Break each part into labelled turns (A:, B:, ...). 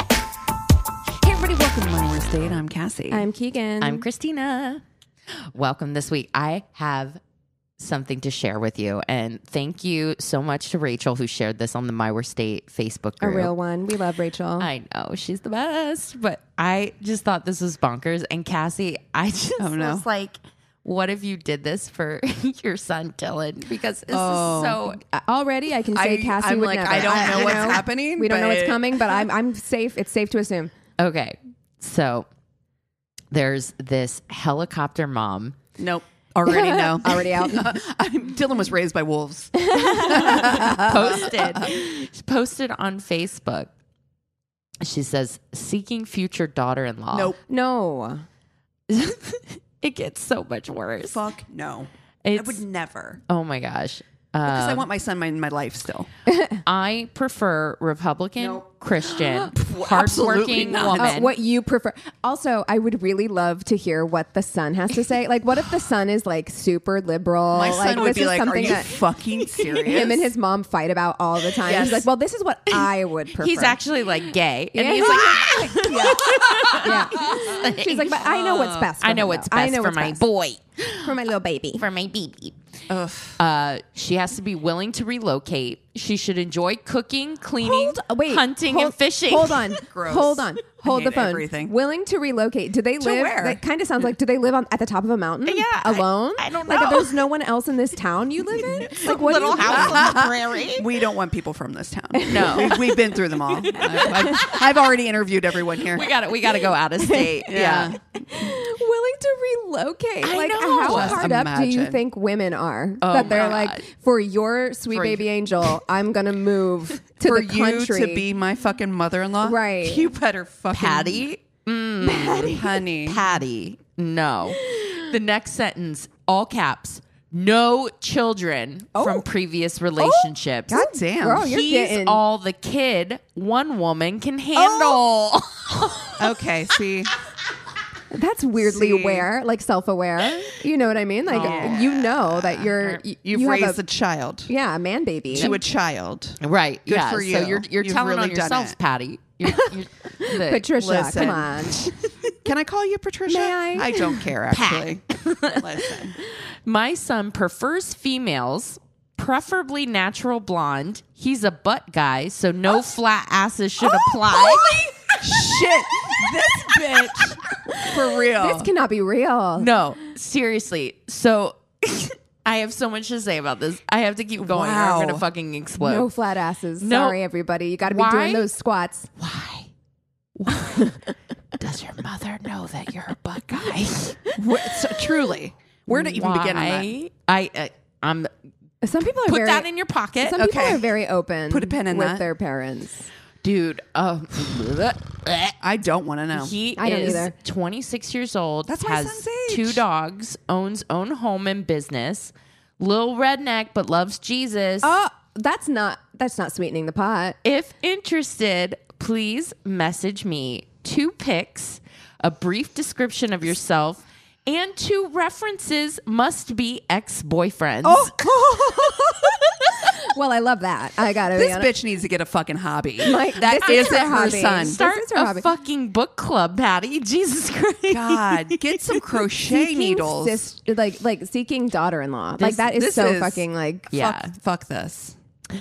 A: Hey, everybody, welcome to My Worst Date. I'm Cassie.
B: I'm Keegan.
C: I'm Christina. Welcome this week. I have something to share with you. And thank you so much to Rachel who shared this on the My Worst State Facebook
B: a
D: A
B: real one. We love Rachel.
C: I know she's the best, but I just thought this was bonkers. And Cassie, I just
B: Oh,
A: no.
C: was like, what if you did this for your son Dylan? Because this
A: Oh.
C: is so
B: Uh, Already, I can say
A: I-
B: Cassie
A: I'm
B: would
A: like,
B: never.
A: I don't know
B: you
A: what's happening,
B: We don't know what's
A: but-
B: coming, but I'm I'm safe. It's safe to assume.
C: okay. So there's this helicopter mom
A: Nope. Already no.
B: Already out.
A: I'm, Dylan was raised by wolves.
C: posted she posted on Facebook. She says seeking future daughter-in-law.
A: Nope.
B: No.
C: it gets so much worse.
A: Fuck no. I
C: It's-
A: would never.
C: Oh my gosh.
A: Because
C: Uh,
A: I want my son in my life still.
B: Oh,
C: I prefer Republican,
A: Nope.
C: Christian,
A: Absolutely
C: hardworking
A: not.
B: Uh,
C: woman.
B: what you prefer. Also, I would really love to hear what the son has to say. Like, what if the son is like super liberal?
A: My
B: like,
A: son would
B: this
A: be
B: is
A: like, "Are
B: something
A: you
B: that
A: fucking serious?"
B: him and his mom fight about all the time.
A: Yes.
B: He's like, well, this is what I would prefer.
C: He's actually like gay. And
B: Yeah.
C: he's like,
B: yeah. She's like, but I know what's best. For
C: I know
B: him,
C: what's
B: though.
C: best
B: I know
C: for
B: what's
C: my
B: best
C: boy,
B: for my little baby.
C: for my baby. Uh, she has to be willing to relocate. She should enjoy cooking, cleaning,
B: Hold- uh, wait,
C: hunting,
B: hold-
C: and fishing.
B: Hold on,
A: Gross.
B: hold on, hold
A: I
B: the
A: hate
B: phone.
A: everything.
B: Willing to relocate? Do they live?
A: where?
B: That kind of sounds like. Do they live on at the top of a mountain?
C: Yeah, I-
B: alone.
C: I don't
B: Like,
C: know.
B: there's no one else in this town you live in. Like, what? do
C: Little
B: you-
C: house on the prairie.
A: We don't want people from this town.
C: No.
A: We've, we've been through them all. I've, I've- I've already interviewed everyone here.
C: We got to We got to go out of state.
A: Yeah.
C: yeah.
B: Willing to relocate?
C: I
B: like,
C: know.
B: how
C: Just
B: hard up do you
A: imagine.
B: think women are that they're
C: my
B: like,
C: God.
B: for your sweet
C: For
B: baby angel, I'm gonna move to
A: For
B: the
A: you
B: country
A: to be my fucking mother-in-law,
B: Right.
A: You better fucking
C: Patty.
A: Mm. Patty, honey.
C: Patty. No. The next sentence, all caps, no children from previous relationships.
A: God damn.
B: Girl, you're
C: He's
B: getting
C: all the kid one woman can handle.
A: Okay, see,
B: That's weirdly
A: See.
B: aware, like self-aware. You know what I mean? Like you know that you're you,
A: you've
B: you have
A: raised a, child
B: yeah a man baby.
A: to a child.
C: Right.
A: Good
C: yeah.
A: for
C: So
A: you.
C: you're you're
A: You've
C: telling
A: really done
C: on yourselves,
A: it.
C: Patty. You're, you're the-
B: Patricia,
A: Listen.
B: come on.
A: Can I call you Patricia?
B: May I?
A: don't care actually. Listen,
C: my son prefers females, preferably natural blonde. He's a butt guy, so no flat asses should apply.
A: shit, this bitch for real.
B: This cannot be real.
C: No, seriously. So I have so much to say about this. I have to keep going. Or
A: Wow.
C: I'm gonna fucking explode.
B: No flat asses.
C: No.
B: Sorry, everybody. You got to be
C: Why?
B: doing those squats.
C: Why? Why does your mother know that you're a Buckeye?
A: Wh- so, truly, where to even begin on that?
C: Why? I uh, I'm
B: Some people are
C: put
B: very.
C: that in your pocket,
B: some
A: okay.
B: people are very open.
A: Put a pin in
B: with
A: that.
B: their parents.
C: dude. Uh,
A: I don't want to know.
C: he
B: I don't
C: is
B: either.
C: 26 years old.
A: That's my
C: has
A: son's age.
C: two dogs, owns own home and business. Little redneck, but loves Jesus.
A: Uh,
B: Oh, that's not that's not sweetening the pot.
C: If interested, please message me two pics, a brief description of yourself, and two references must be ex boyfriends.
A: Oh.
B: Oh, Well, I love that. I got to be
A: this
B: honest.
A: bitch needs to get a fucking hobby.
B: Like,
A: that
B: this is
A: isn't
B: her
A: her
B: hobby.
A: son.
B: This
C: Start
B: is her
C: a
B: hobby.
C: fucking book club, Patty. Jesus Christ.
A: God, get some crochet
B: Seeking
A: needles.
B: sis- like like seeking daughter-in-law. like
C: This-
B: that is
A: this
B: so
A: is-
B: fucking like
C: Yeah.
A: fuck, fuck this.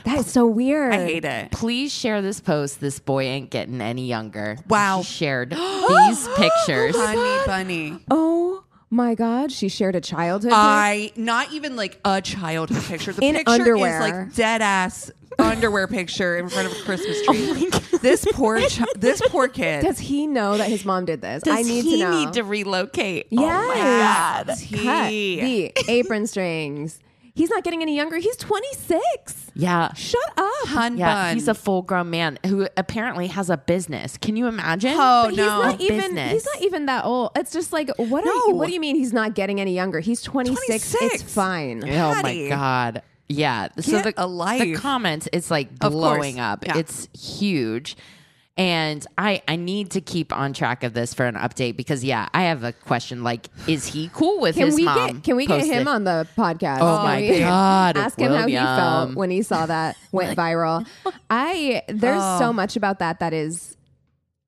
B: that is so weird.
A: I hate it.
C: Please share this post. This boy ain't getting any younger.
A: Wow.
C: She shared these pictures.
A: Honey bunny.
B: Oh my god, she shared a childhood.
A: I not even like a childhood picture. The
B: In
A: picture
B: underwear.
A: is like dead ass underwear picture in front of a Christmas tree. this poor ch- this poor kid.
B: Does he know that his mom did this? I
C: Does
B: need
C: he
B: to know.
C: need to relocate? Oh
B: yes.
A: God.
B: Cut
A: Oh, He-
B: the apron strings. He's not getting any younger. He's 26.
C: Yeah.
A: Shut up, hun
C: Yeah,
A: bun.
C: he's a full grown man who apparently has a business. Can you imagine?
A: Oh,
B: He's
A: no.
B: not even
C: Business.
B: he's not even that old. It's just like what are
A: No.
B: you, what do you mean he's not getting any younger? He's 26.
A: 26.
B: It's fine.
C: Oh my
A: Patty.
C: god. Yeah. so
A: Get
C: the
A: a life.
C: the comments it's like
A: Of course.
C: blowing up.
A: Yeah.
C: It's huge. And I I need to keep on track of this for an update because yeah, I have a question like is he cool with
B: Can
C: his
B: we
C: mom?
B: get can we get
C: posted?
B: him on the podcast?
C: Oh
B: Can
C: my
B: we
C: God,
B: Ask him how he
C: William.
B: felt when he saw that went viral. I there's so
A: Oh.
B: much about that that is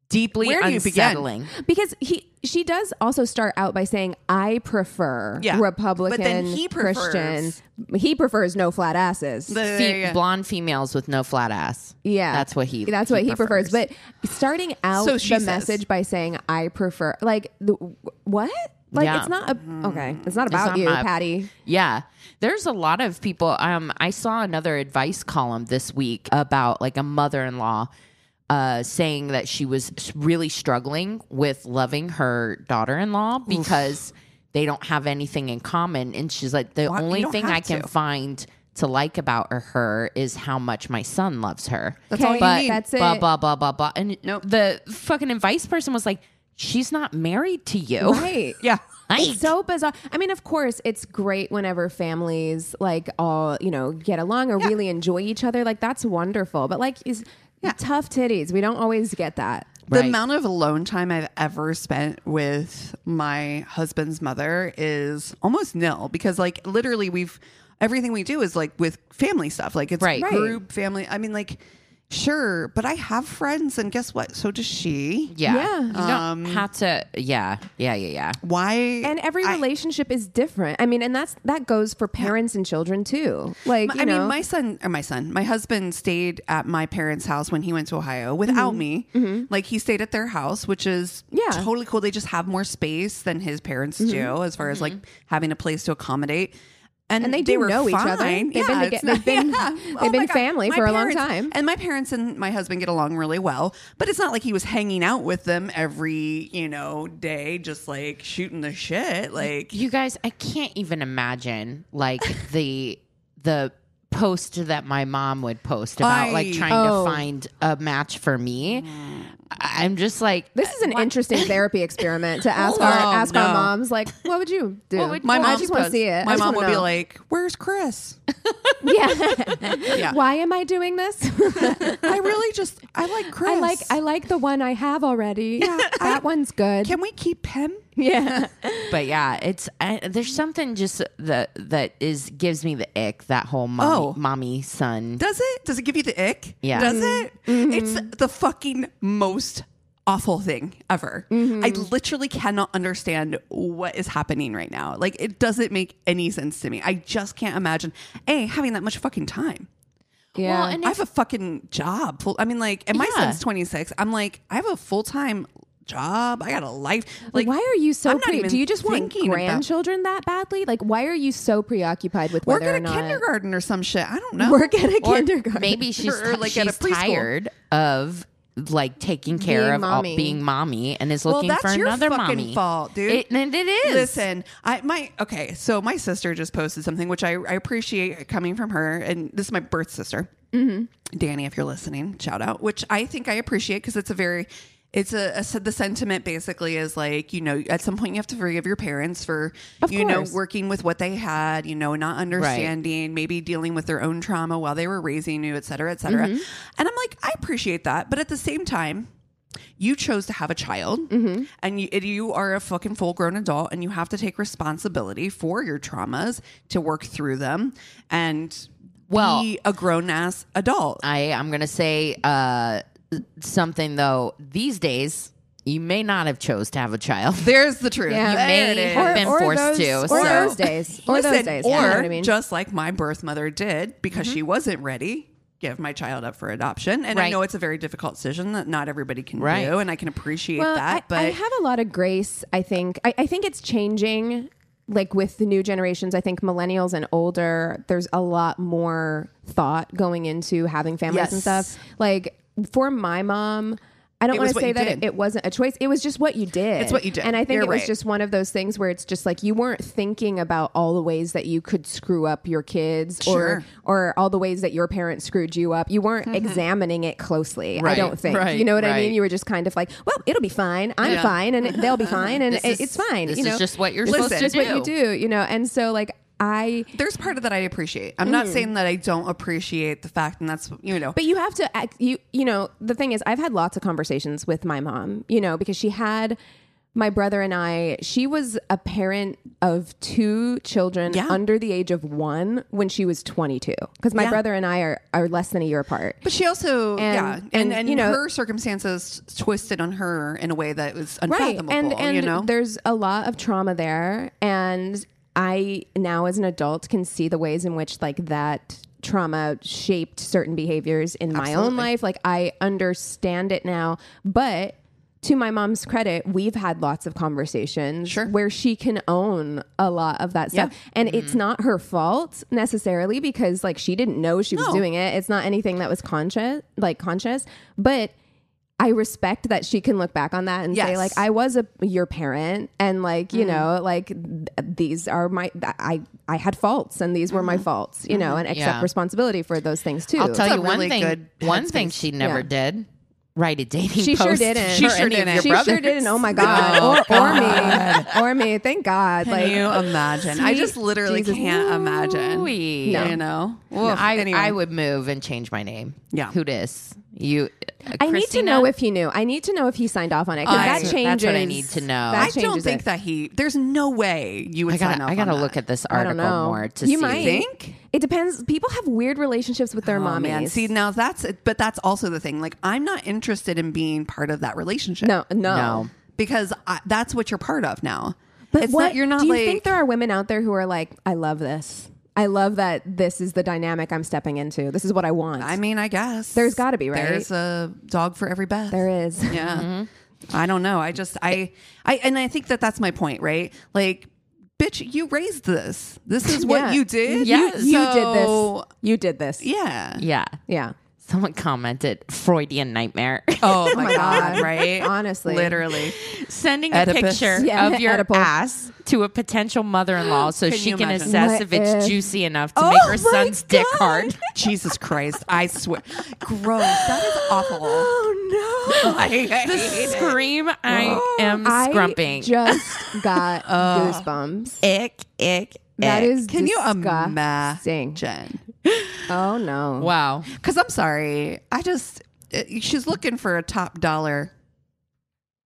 C: deeply
A: Where do you begin?
C: unsettling?
B: Because he she does also start out by saying I prefer
A: Yeah.
B: Republican
A: But then he
B: Christian.
A: prefers-
B: He prefers no flat asses.
A: The-
C: Fe- blonde females with no flat ass.
B: yeah.
C: That's what he
B: That's what he prefers. But starting out
A: So
B: the
A: she says.
B: message by saying I prefer like the what? Like
C: Yeah.
B: it's not a,
A: Mm-hmm.
B: okay. It's not about
C: not
B: you,
C: my-
B: Patty.
C: Yeah. There's a lot of people. Um, I saw another advice column this week about like a mother in law uh, saying that she was s- really struggling with loving her daughter in law because they don't have anything in common. And she's like, the
A: Why- you
C: only
A: don't
C: thing I
A: have
C: can
A: to."
C: find to like about her- her is how much my son loves her.
A: That's all you
C: but
A: need.
B: That's
C: blah,
B: it.
C: blah, blah, blah, blah. And
A: Nope.
C: the fucking advice person was like, she's not married to you.
B: Right.
A: yeah.
C: Like,
B: It's so bizarre. I mean, of course, it's great whenever families like all you know get along or really enjoy each other. Like that's wonderful. But like, is tough titties. We don't always get that.
C: Right.
A: The amount of alone time I've ever spent with my husband's mother is almost nil because, like, literally, we've everything we do is like with family stuff. Like, it's
C: Right. Right.
A: group family. I mean, like, sure, but I have friends, and guess what? So does she. Um,
C: Yeah. Um,
B: Yeah.
C: You don't have to. Yeah. Yeah. Yeah. Yeah.
A: Why?
B: And every
A: I-
B: relationship is different. I mean, and that's that goes for parents and children too. Like,
A: My-
B: you
A: I
B: know,
A: mean, my son or my son, my husband stayed at my parents' house when he went to Ohio without me. Like he stayed at their house, which is
B: Mm-hmm. Yeah. Mm-hmm.
A: totally cool. They just have more space than his parents do as far as like having a place to accommodate.
B: And they do
A: were
B: know each other.
A: fine.
B: They've been
A: Yeah,
B: toge-
A: it's
B: they've been- they've
A: my
B: been
A: God.
B: family
A: My
B: for a long
A: parents-
B: time.
A: And my parents and my husband get along really well, but it's not like he was hanging out with them every, you know, day just like shooting the shit. Like
C: You guys, I can't even imagine like the the post that my mom would post about
A: I-
C: like trying
B: Oh.
C: to find a match for me. I- I'm just like,
B: this is an interesting therapy experiment to ask our
A: Oh,
B: ask our
A: no.
B: moms. Like, what would you do?
C: What would-
A: my
C: Well,
A: mom
B: I just want to
C: does-
B: see it.
A: My
B: I just
A: mom would
B: wanna
A: be
B: know.
A: like, "Where's Chris?"
B: yeah.
A: Yeah.
B: Why am I doing this?
A: I really just I like Chris.
B: I like I like the one I have already. that one's good.
A: Can we keep him?
B: yeah.
C: but yeah, it's I, there's something just that that is gives me the ick that whole mommy,
A: Oh.
C: mommy son.
A: Does it? Does it give you the ick?
C: Yeah.
A: Does it?
B: Mm-hmm.
A: It's the fucking most awful thing ever.
B: Mm-hmm.
A: I literally cannot understand what is happening right now. Like it doesn't make any sense to me. I just can't imagine a having that much fucking time.
B: Yeah.
C: Well, and
A: I have a fucking job. Full, I mean, like, and my
C: Yeah.
A: son's 26. I'm like, I have a full time job. I got a life. Like,
B: why are you so
A: I'm not
B: pre-
A: even
B: do you just want
A: thinking about-
B: grandchildren that badly? Like why are you so preoccupied with
A: Work
B: whether
A: at
B: or
A: a
B: not
A: kindergarten or some shit. I don't know.
B: work at a kindergarten?
C: Maybe she's
A: Or,
C: ti-
A: like, at a
C: she's
A: preschool.
C: tired of like taking care
B: Being
C: of all,
B: mommy.
C: being mommy and is
A: Well,
C: looking
A: that's
C: for
A: your
C: another
A: fucking
C: mommy.
A: fault, dude.
C: It, and it is.
A: Listen, I my okay. So my sister just posted something which I, I appreciate coming from her, and this is my birth sister,
B: Mm-hmm.
A: Danny. If you're listening, shout out. Which I think I appreciate because it's a very, it's a, a the sentiment basically is like you know at some point you have to forgive your parents for
B: Of
A: you
B: course.
A: know working with what they had, you know not understanding, maybe dealing with their own trauma while they were raising you, et cetera, et cetera.
C: Mm-hmm.
A: And I'm like, I appreciate that, but at the same time you chose to have a child
C: Mm-hmm.
A: and you, you are a fucking full grown adult and you have to take responsibility for your traumas to work through them and
C: Well-
A: be a grown ass adult.
C: I I'm gonna say uh, something though. These days, you may not have chose to have a child.
A: There's the truth.
B: Yeah. You
A: There
C: may
A: it is.
C: have been forced
B: those,
C: to,
B: Or
C: so-
B: those days. Or
A: Listen,
B: those days.
A: Or
B: you know what I mean? Mm-hmm.
A: just like my birth mother did because she wasn't ready. Give my child up for adoption, and I
C: Right.
A: know it's a very difficult decision that not everybody can
C: Right.
A: do, and I can appreciate
B: well,
A: that.
B: I,
A: but
B: I have a lot of grace. I think. I, I think it's changing. Like with the new generations, I think millennials and older, there's a lot more thought going into having families and
A: Yes.
B: stuff. Like for my mom, I don't
A: It
B: want
A: was
B: to
A: what
B: say
A: you
B: that
A: did.
B: it, it wasn't a choice. It was just what you did.
A: It's what you did.
B: And I think
A: You're
B: it was
A: right.
B: just one of those things where it's just like you weren't thinking about all the ways that you could screw up your kids
A: Sure. Mm-hmm.
B: or or all the ways that your parents screwed you up. You weren't examining it closely. I
C: Right,
B: don't think.
C: right,
B: you know what I
C: right.
B: mean? You were just kind of like, well, it'll be fine. I'm
C: Yeah.
B: fine, and it- they'll be fine, and
C: This
B: it-
C: is-
B: it's fine.
C: This
B: you know,
C: is just what you're
A: Listen,
C: supposed to
B: just
C: do.
B: what you do. You know, and so like I.
A: There's part of that I appreciate. I'm not saying that I don't appreciate the fact, and that's you know,
B: Mm-hmm. But you have to act, you you know the thing is I've had lots of conversations with my mom, you know, because she had my brother and I, she was a parent of two children
A: Yeah.
B: under the age of 1 when she was 22 because my
A: Yeah.
B: brother and I are are less than a year apart.
A: But she also,
B: And-
A: yeah, and,
B: and,
A: and,
B: you know-
A: her circumstances twisted on her in a way that was
B: right
A: unfathomable.
B: and and
A: you know,
B: there's a lot of trauma there and i now as an adult can see the ways in which like that trauma shaped certain behaviors in my own
A: Absolutely.
B: life like i understand it now but to my mom's credit, we've had lots of conversations
A: Sure.
B: where she can own a lot of that stuff. And
A: Mm.
B: it's not her fault necessarily because like she didn't know she was
A: No.
B: doing it. It's not anything that was conscious like conscious. But I respect that she can look back on that and say
A: Yes.
B: like I was a your parent and like
C: Mm.
B: you know like th- these are my th- I I had faults and these were my faults you know and accept
C: Mm-hmm. Yeah.
B: responsibility for those things too.
C: I'll tell
A: It's
C: you
A: a
C: one
A: really
C: thing.
A: good
C: One
A: headspace.
C: thing she never
B: Yeah.
C: did. Write a dating.
B: she sure
C: post
B: didn't.
A: She
C: for
A: sure
C: any of
A: didn't.
C: your
B: She
C: brothers.
B: sure didn't. Oh my god. or, or me. Or me. Thank God.
A: can
B: like
A: you imagine? I just
B: sweet
A: literally
B: Jesus.
A: can't imagine.
C: Ooh-wee.
B: No.
A: You know, Oof.
C: I,
A: Anyway.
C: I would move and change my name.
A: Yeah.
C: Who dis? You.
B: I need to
C: Christina?
B: know if he knew. I need to know if he signed off on it. 'cause
C: I-
B: that
C: that's
B: changes.
C: what I need to know.
B: that
A: I don't
B: changes
A: think
B: it.
A: that he. There's no way you would
C: I
A: sign
C: gotta.
A: off.
C: I gotta
A: on
C: look
A: that.
C: at this
B: I don't
C: article
B: know.
C: more to
B: you
C: see.
B: might
A: Think?
B: It depends. People have weird relationships with their
A: Oh
B: mommies.
A: man, see now that's but that's also the thing. Like I'm not interested in being part of that relationship.
B: no, no.
C: No.
A: because I, that's what you're part of now.
B: But
A: it's
B: what,
A: not, you're not
B: Do you
A: like
B: think there are women out there who are like, I love this. I love that this is the dynamic I'm stepping into. This is what I want.
A: I mean, I guess
B: There's gotta be, right?
A: There's a dog for every Beth.
B: there is. Mm-hmm.
A: Yeah. I don't know. I just I I and I think that that's my point, right? Like bitch, you raised this. This is what
B: Yeah.
A: you did.
B: You,
C: Yes.
B: you did this.
A: So-
B: You did this.
A: Yeah.
C: Yeah.
B: Yeah.
C: Someone commented Freudian nightmare.
A: Oh my,
B: my
A: god,
B: God.
A: right?
B: Honestly.
A: Literally.
C: Sending a
A: Oedipus.
C: picture
B: Yeah,
C: of your
B: Oedipus.
C: ass to a potential mother-in-law so
A: Can
C: she
A: you
C: can
A: imagine?
C: assess
B: What
C: if it's
B: if-
C: juicy enough to
B: Oh
C: make her
B: my
C: son's dick
B: God.
C: hard.
A: Jesus Christ. I swear. Gross. That is awful.
B: Oh no.
A: I, I
C: The
A: hate it. Oh.
C: scream I am
B: I
C: scrumping.
B: just got goosebumps.
C: ick, ick,
B: That
C: ick.
B: is
A: Can you
B: disgusting.
A: imagine?
B: Oh no!
C: wow.
A: Because I'm sorry. I just, it, she's looking for a top dollar.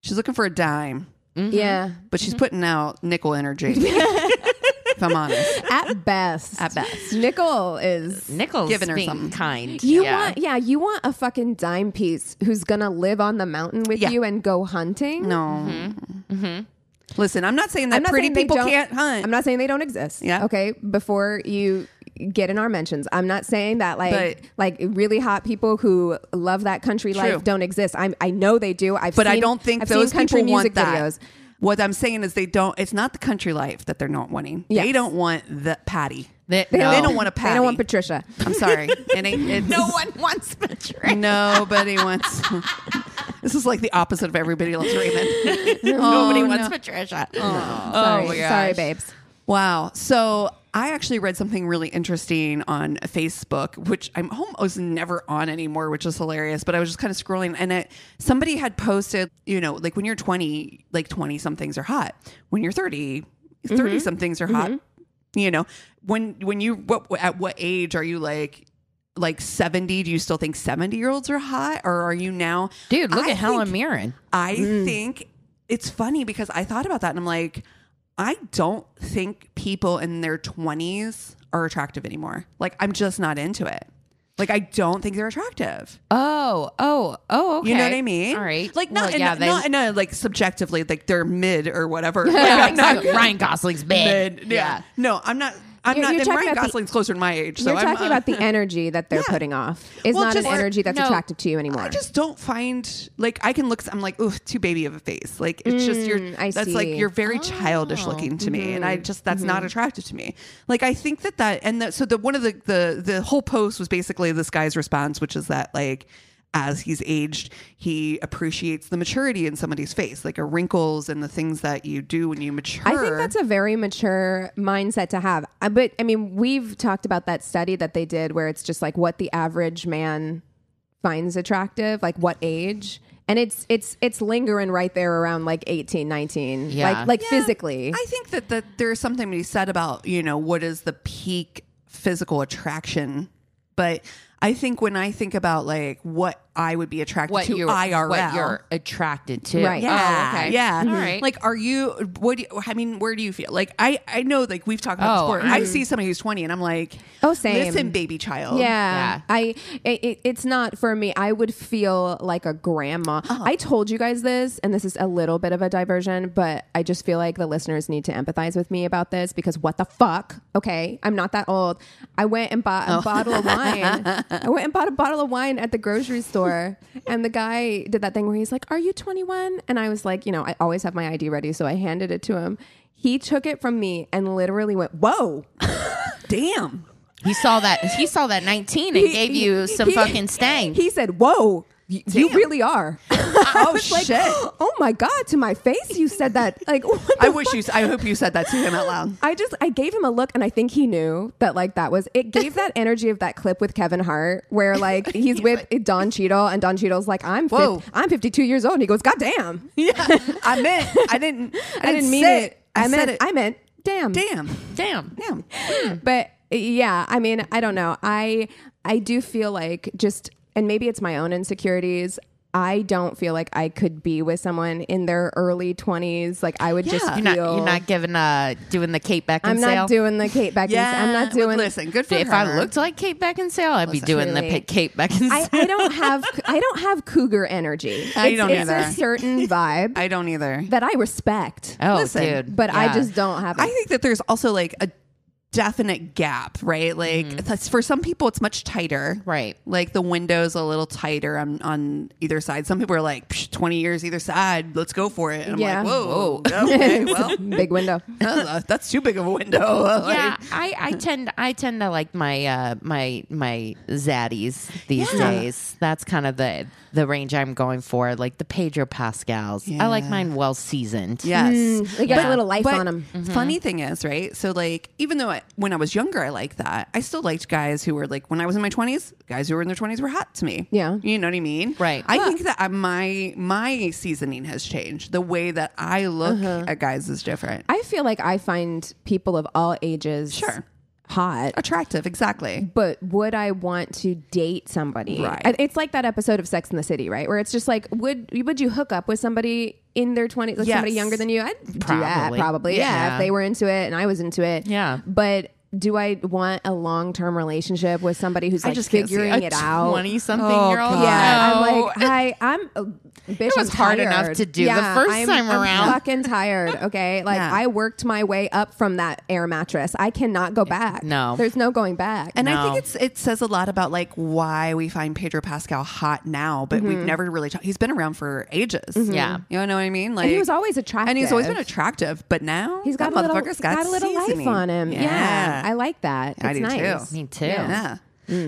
A: She's looking for a dime,
B: Yeah,
A: but she's putting out nickel energy. if I'm honest,
B: at best,
A: at best.
B: nickel is.
C: Nichols
A: Giving her
C: being
A: something.
C: kind.
B: You
C: Yeah.
B: want, yeah, you want a fucking dime piece who's gonna live on the mountain with
A: Yeah.
B: you and go hunting.
A: No.
B: Mm-hmm.
A: Listen, I'm not saying that pretty
B: saying they
A: people
B: don't-
A: can't hunt.
B: I'm not saying they don't exist.
A: Yeah.
B: Okay. Before you get in our mentions, I'm not saying that like
A: But-
B: like really hot people who love that country life don't exist. I'm I know they do. I've
A: but I
B: seen-
A: don't think
B: I've
A: those
B: seen country
A: people want
B: music
A: that.
B: videos.
A: What I'm saying is they don't. It's not the country life that they're not wanting. They
B: Yes.
A: don't want the patty.
C: They,
B: They,
C: no.
A: don't want a
B: They
A: patty.
B: don't want Patricia.
A: I'm sorry. It ain't, it's,
C: No one wants Patricia.
A: Nobody wants. this is like the opposite of everybody loves Raymond.
C: Nobody
A: Oh,
C: wants
A: no.
C: Patricia.
B: Sorry,
C: my gosh.
B: sorry, babes.
A: Wow. So I actually read something really interesting on Facebook, which I'm almost never on anymore, which is hilarious. But I was just kind of scrolling, and it, somebody had posted, you know, like when you're 20, like 20 somethings are hot. When you're 30,
C: Mm-hmm.
A: 30 somethings are hot. You know, when when you what at what age are you like? Like 70, do you still think 70 year olds are hot? Or are you now?
C: Dude, look
A: I
C: at Helen
A: think-
C: Mirren.
A: I think it's funny because I thought about that and I'm like, I don't think people in their 20s are attractive anymore. Like, I'm just not into it. Like, I don't think they're attractive.
C: Oh, oh, oh, okay.
A: You know what I mean?
C: All right.
A: Like, not,
C: Well,
A: in,
C: yeah, they-
A: not in a, like, subjectively, like, they're mid or whatever.
C: Yeah,
A: Like, I'm not
C: exactly. Ryan Gosling's big.
A: mid. Yeah. No, I'm not. I'm
B: You're-
A: not.
B: you're
A: And
B: talking
A: Ryan
B: about the-
A: Gosling's closer to my age. So
B: You're
A: I'm,
B: talking
A: uh,
B: about the energy that they're putting off. It's
A: Well,
B: not
A: just-
B: an
A: or-
B: energy that's
C: no,
B: attractive to you anymore.
A: I just don't find like I can look. I'm like, oof, too baby of a face. Like it's just you're.
B: Mm, I
A: that's like
B: see. Oh, mm-hmm,
A: you're very childish looking to me, and I just that's not attractive to me. Like I think that that and that so the one of the the the whole post was basically this guy's response, which is that like as he's aged, he appreciates the maturity in somebody's face, like a wrinkles and the things that you do when you mature.
B: I think that's a very mature mindset to have. Uh, But I mean, we've talked about that study that they did where it's just like what the average man finds attractive, like what age. And it's it's it's lingering right there around like 18, 19.
C: Yeah.
B: Like like physically.
A: I think that, that there's something to be said about, you know, what is the peak physical attraction. But I think when I think about like what I would be attracted
C: what
A: to
C: you're
A: IRL.
C: what you're attracted to.
B: Right.
A: yeah,
C: Oh, okay.
A: yeah.
C: All right.
A: Like, are you? What? Do you, I mean, where do you feel? Like, I, I know, like we've talked about
C: Oh,
A: sport. I see somebody who's twenty, and I'm like,
B: Oh, same.
A: Listen, baby child.
B: Yeah,
C: Yeah.
B: I it, it- it's not for me. I would feel like a grandma. I told you guys this, and this is a little bit of a diversion, but I just feel like the listeners need to empathize with me about this because what the fuck? Okay, I'm not that old. I went and bought a bottle of wine. I went and bought a bottle of wine at the grocery store, and the guy did that thing where he's like, "Are you 21?" And I was like, you know, I always have my ID ready, so I handed it to him. He took it from me and literally went, "Whoa."
A: Damn.
C: He saw that he saw that 19 and gave you some
B: he-
C: fucking stank.
B: He said, "Whoa, y- you
A: Damn.
B: really are."
A: Oh shit.
B: oh my god, to my face, you said that. Like, what the
A: I wish
B: fuck?
A: you. I hope you said that to him out loud.
B: I just I gave him a look, and I think he knew that like that was it. Gave that energy of that clip with Kevin Hart, where like he's with Don Cheadle, and Don Cheadle's like, "I'm fif-
A: Whoa.
B: I'm 52 years old," and he goes, "God damn, I,
A: I meant. I didn't. I, didn't,
B: mean
A: say
B: it. I,
A: said
B: meant
A: it.
B: I meant damn,
A: Damn.
C: Damn.
A: Damn.
B: but yeah i mean i don't know i i do feel like just and maybe it's my own insecurities i don't feel like i could be with someone in their early 20s like i would just
A: Yeah.
B: feel
C: You're not you're not giving uh doing the Kate Beckinsale.
B: i'm not doing the kate beckinsale
A: Yeah.
B: i'm not
A: well,
B: doing
A: Listen. Good for
C: if
A: her.
C: I looked like Kate Beckinsale, I'd be doing the
B: Truly.
C: P- Kate Beckinsale.
B: I, I don't have I don't have cougar energy.
A: I
B: it's,
A: don't
B: it's
A: either.
B: a certain vibe
A: I don't either.
B: that I respect,
C: oh,
A: listen,
C: dude.
B: but I
C: Yeah.
B: just don't have it.
A: I think that there's also like a definite gap, right? Like that's- for some people, it's much tighter,
C: Right.
A: Like the window's a little tighter on on either side. Some people are like Psh, 20 years either side. Let's go for it. And I'm
B: Yeah.
A: like, whoa, okay, well,
B: Big window.
A: that's uh, that's too big of a window. Like,
C: yeah, I, I tend I tend to like my uh, my my zaddies these days. That's kind of the the range I'm going for, like the Pedro Pascals. I like mine well seasoned.
A: Yes.
B: Mm, they got a little life
A: But
B: on Mm-hmm. them.
A: Funny thing is, right? So like, even though I, when I was younger, I liked that. I still liked guys who were like, when I was in my twenties, guys who were in their twenties were hot to me.
B: Yeah.
A: you know what I mean,
C: Right.
A: I think that I- my my seasoning has changed. The way that I look
B: Uh-huh.
A: at guys is different.
B: I feel like I find people of all ages
A: Sure.
B: hot.
A: Attractive, exactly.
B: but would I want to date somebody?
A: Right.
B: I- It's like that episode of Sex in the City, right? Where it's just like, would would you hook up with somebody in their twenties, like
A: Yes.
B: somebody younger than you? I'd do that
C: Probably.
B: probably, yeah.
C: Yeah.
B: If they were into it and I was into it,
C: Yeah.
B: But do I want a long term relationship with somebody who's like
A: just can't see it.
B: figuring it, out?
C: Twenty something
A: Oh,
C: year old.
A: God.
B: Yeah, I'm like, hi, I'm. Uh, bitch,
C: was
B: I'm
C: hard enough
B: tired.
C: to do the first
B: I'm-
C: time
B: I'm
C: around.
B: fucking tired. Okay, like
A: Yeah.
B: I worked my way up from that air mattress. I cannot go back.
C: No.
B: there's no going back.
A: And I
C: No.
A: think it's it says a lot about like why we find Pedro Pascal hot now, but we've
B: Mm-hmm.
A: never really talked. He's been around for ages.
C: Yeah.
A: you know what I mean. Like
B: he was always attractive.
A: and he's always been attractive. But now
B: He's got,
A: that
B: a little,
A: motherfucker's
B: he's got a little
A: seasoning.
B: life on him. Yeah. I like that. It's
A: I do
B: nice. Mm.
A: too.
C: Me too.
A: Yeah.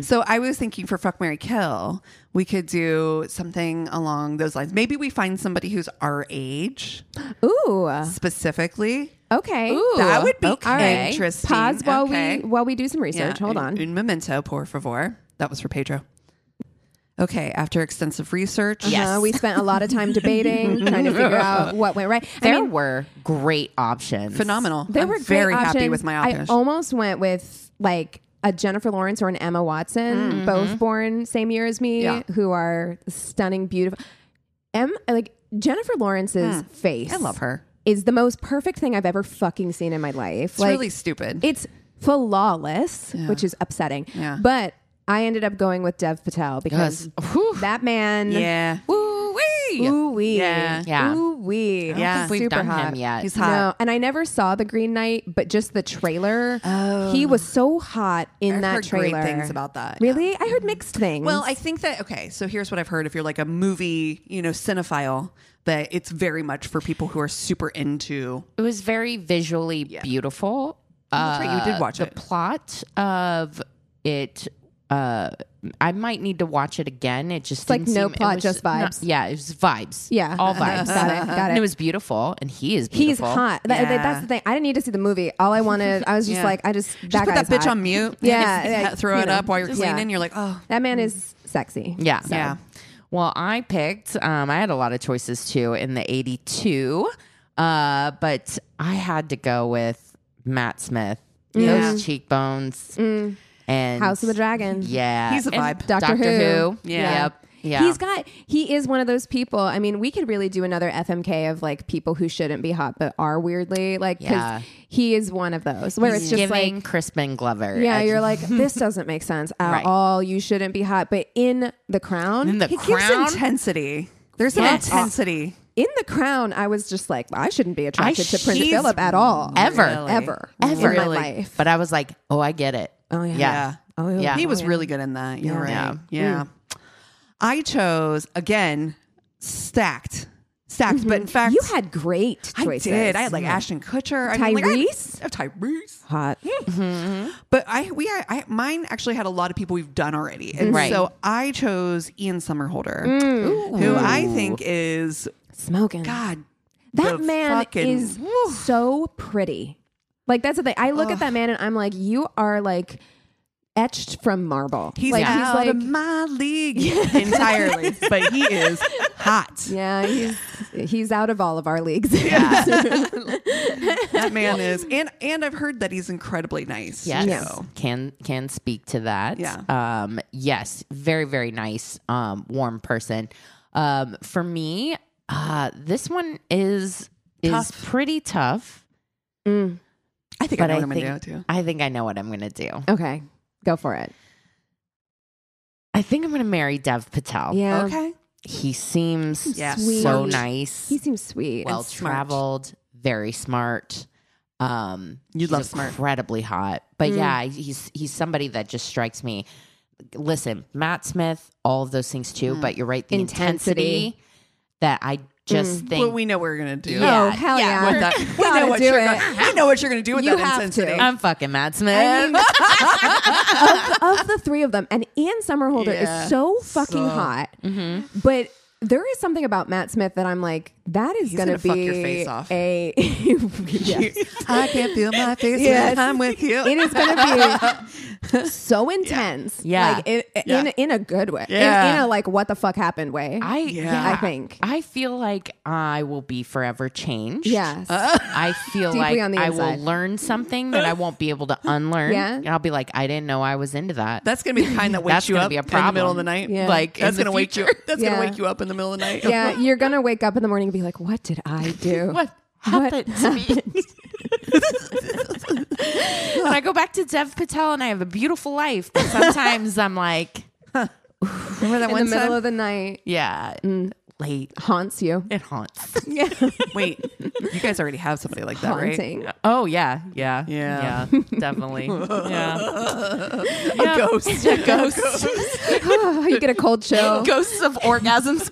A: So I was thinking for fuck Mary Kill, we could do something along those lines. Maybe we find somebody who's our age
B: Ooh.
A: specifically.
B: Okay.
A: that would be
C: okay.
B: All right.
A: interesting.
B: Pause while
A: Okay. Mm-hmm.
B: we while we do some research. Hold
A: un-
B: on.
A: Un memento, por favor. That was for Pedro. Okay, after extensive research.
C: Yes.
B: Uh, we spent a lot of time debating, trying to figure out what went right. I
C: There
B: mean,
C: were great options.
A: Phenomenal.
B: there
A: I'm
B: were great
A: very happy
B: options.
A: with my
B: I
A: options.
B: almost went with like a Jennifer Lawrence or an Emma Watson, both born same year as me,
A: Mm-hmm. Yeah.
B: who are stunning, beautiful. Em, like Jennifer Lawrence's face.
A: Hmm. I love her.
B: is the most perfect thing I've ever fucking seen in my life.
A: It's really stupid.
B: it's flawless, which is upsetting.
A: Yeah.
B: But I ended up going with Dev Patel because
C: Yes. Whew.
B: that man.
A: yeah. Woo-wee.
B: Ooh wee.
A: Yeah.
C: Yeah.
B: Oow wee.
A: Yeah.
C: I don't think we've
B: Super
C: done
B: hot.
C: him yet.
A: He's hot.
B: No, and I never saw the Green Knight, but just the trailer. Oh. He was so hot in
A: I've
B: that
A: heard great
B: trailer.
A: things about that,
B: Really? I heard mixed things.
A: Well, I think that okay. So here's what I've heard: if you're like a movie, you know, cinephile, that it's very much for people who are super into. Oh,
C: It was very visually beautiful.
B: Uh,
C: Uh,
A: That's right, you did watch
C: the
A: it.
C: plot of it uh, I might need to watch it again. It just
B: like
C: didn't
B: no
C: seem- it
B: plot,
C: was
B: just
C: not-
B: vibes.
C: yeah, it was vibes.
B: Yeah.
C: all vibes.
B: Got it, got
C: And
B: it.
C: it was beautiful, and he is beautiful.
B: He's hot. That- that-
A: Yeah.
B: that's the thing. I didn't need to see the movie. All I wanted, I was just
A: Yeah.
B: like, I just,
A: Just
B: that
A: put that
B: guy's
A: bitch
B: hot.
A: on mute.
B: Yeah,
A: Just
B: yeah,
A: throw
B: you
A: it
B: know.
A: up while you're
B: Just-
A: cleaning.
B: yeah.
A: You're like, oh,
B: That man is
C: Mm.
B: sexy.
C: Yeah.
A: Yeah.
C: Well, I picked, um, I had a lot of choices too in the 82, uh, but I had to go with Matt Smith.
A: Yeah.
C: Those cheekbones and
B: Mm. House of the Dragon.
C: Yeah.
A: He's a
C: And
A: vibe.
B: Doctor, Who.
C: Yeah. Yep. Yeah.
B: He's got he is one of those people. I mean, we could really do another FMK of like people who shouldn't be hot but are weirdly like 'cause
C: Yeah.
B: he is one of those where it's just
C: giving
B: like
C: Crispin Glover.
B: yeah,
C: I
B: you're
C: just-
B: like this doesn't make sense at
C: Right.
B: all. You shouldn't be hot, but in The Crown,
C: in the
A: he
C: crown.
A: gives intensity. There's some
C: Yes.
A: intensity.
B: in The Crown, I was just like I shouldn't be attracted to Prince
C: she's
B: Philip at all
C: ever.
A: Really?
B: ever
C: ever
B: in my life.
C: But I was like, oh, I get it.
B: Oh, yeah.
C: Yeah.
B: Oh,
C: yeah.
A: He
B: Oh,
A: was
B: yeah.
A: really good in that. You're
B: Yeah. Mm.
A: right. Yeah. I chose again stacked, stacked. But in fact,
B: Mm-hmm. you had great
A: I
B: choices.
A: did. I had like Ashton Kutcher, I mean, like, I-
B: Tyrese?
A: I have Tyrese.
B: hot.
A: But I we I, I mine actually had a lot of people we've done already, and
C: Right.
A: so I chose Ian Somerhalder, who I think is
B: Smoking.
A: God.
B: That
A: the
B: man
A: fucking-
B: is so pretty. Like that's the thing. I look at that man and I'm like, you are like etched from marble.
A: He's
B: like
A: out of my league entirely, but he is hot.
B: yeah, he's he's out of all of our leagues.
A: That man is, and and I've heard that he's incredibly nice.
C: Yes.
A: so.
C: Can can speak to that.
A: Yeah.
C: Um, yes. Very, very nice, um, warm person. Um, for me, uh, this one is is
A: Tough.
C: pretty tough.
B: Mm,
A: I think I
C: But
A: know
C: I,
A: what I'm gonna
C: think
A: do too.
C: I think I know what I'm gonna do.
B: okay, go for it.
C: I think I'm gonna marry Dev Patel.
B: Yeah,
A: Okay.
C: He seems
A: Yes.
B: Sweet.
C: so nice.
B: he seems sweet.
C: well
A: smart.
C: traveled, very smart. Um,
A: You
C: he's
A: love smart.
C: incredibly hot. But
B: Mm.
C: yeah, he's he's somebody that just strikes me. Listen, Matt Smith, all of those things too. But you're right, the
B: Mm. Intensity. Mm.
C: intensity, that I just think.
A: Well, we know what we're gonna do.
C: Yeah.
B: oh hell
C: yeah,
B: yeah,
C: we're
A: That- we
B: Gotta
A: know what
B: do
A: you're
B: it.
A: gonna, we know what you're gonna do with
B: You have
A: that
B: to.
A: intensity.
C: I'm fucking Matt Smith.
B: of the three of them, and Ian Somerhalder
A: Yeah. Mm-hmm.
B: is so fucking hot. But there is something about Matt Smith that I'm like, that is
A: He's gonna
B: gonna,
A: fuck
B: be
A: your face off.
B: a yes.
A: I can't feel my face
B: Yes.
A: when I'm with you.
B: it is gonna be so intense.
C: Yeah.
B: Like it,
A: Yeah.
B: in in a good way. In-
A: Yeah.
B: In, a like what the fuck happened way.
C: I
A: Yeah.
B: I think.
C: I feel like I will be forever changed.
B: Yes.
C: I feel
B: Deeply
C: like
B: on the
C: I will
B: inside.
C: learn something that I won't be able to unlearn.
B: Yeah.
C: And I'll be like, I didn't know I was into that.
A: That's gonna be the kind that wakes
C: That's
A: you
C: gonna
A: up
C: be a
A: in the middle of
C: problem.
A: the night.
B: Yeah.
A: Like
C: In
A: that's
C: the
A: gonna wake you. That's
B: Yeah.
A: gonna wake you up in the middle of the night.
B: yeah, you're gonna wake up in the morning and be like, "What did I do?"
C: what happened to me? and I go back to Dev Patel and I have a beautiful life. But sometimes I'm like,
A: Remember that
B: in the
A: one
B: middle
A: time?
B: of the night
C: yeah,
A: Mm.
C: late.
B: haunts you.
C: It haunts.
B: Yeah,
A: Wait, you guys already have somebody like that, right?
B: haunting.
C: Oh, yeah. Yeah.
A: Yeah.
C: definitely. Yeah.
A: A ghost. A ghost.
B: Oh, you get a cold chill.
C: Ghosts of orgasms.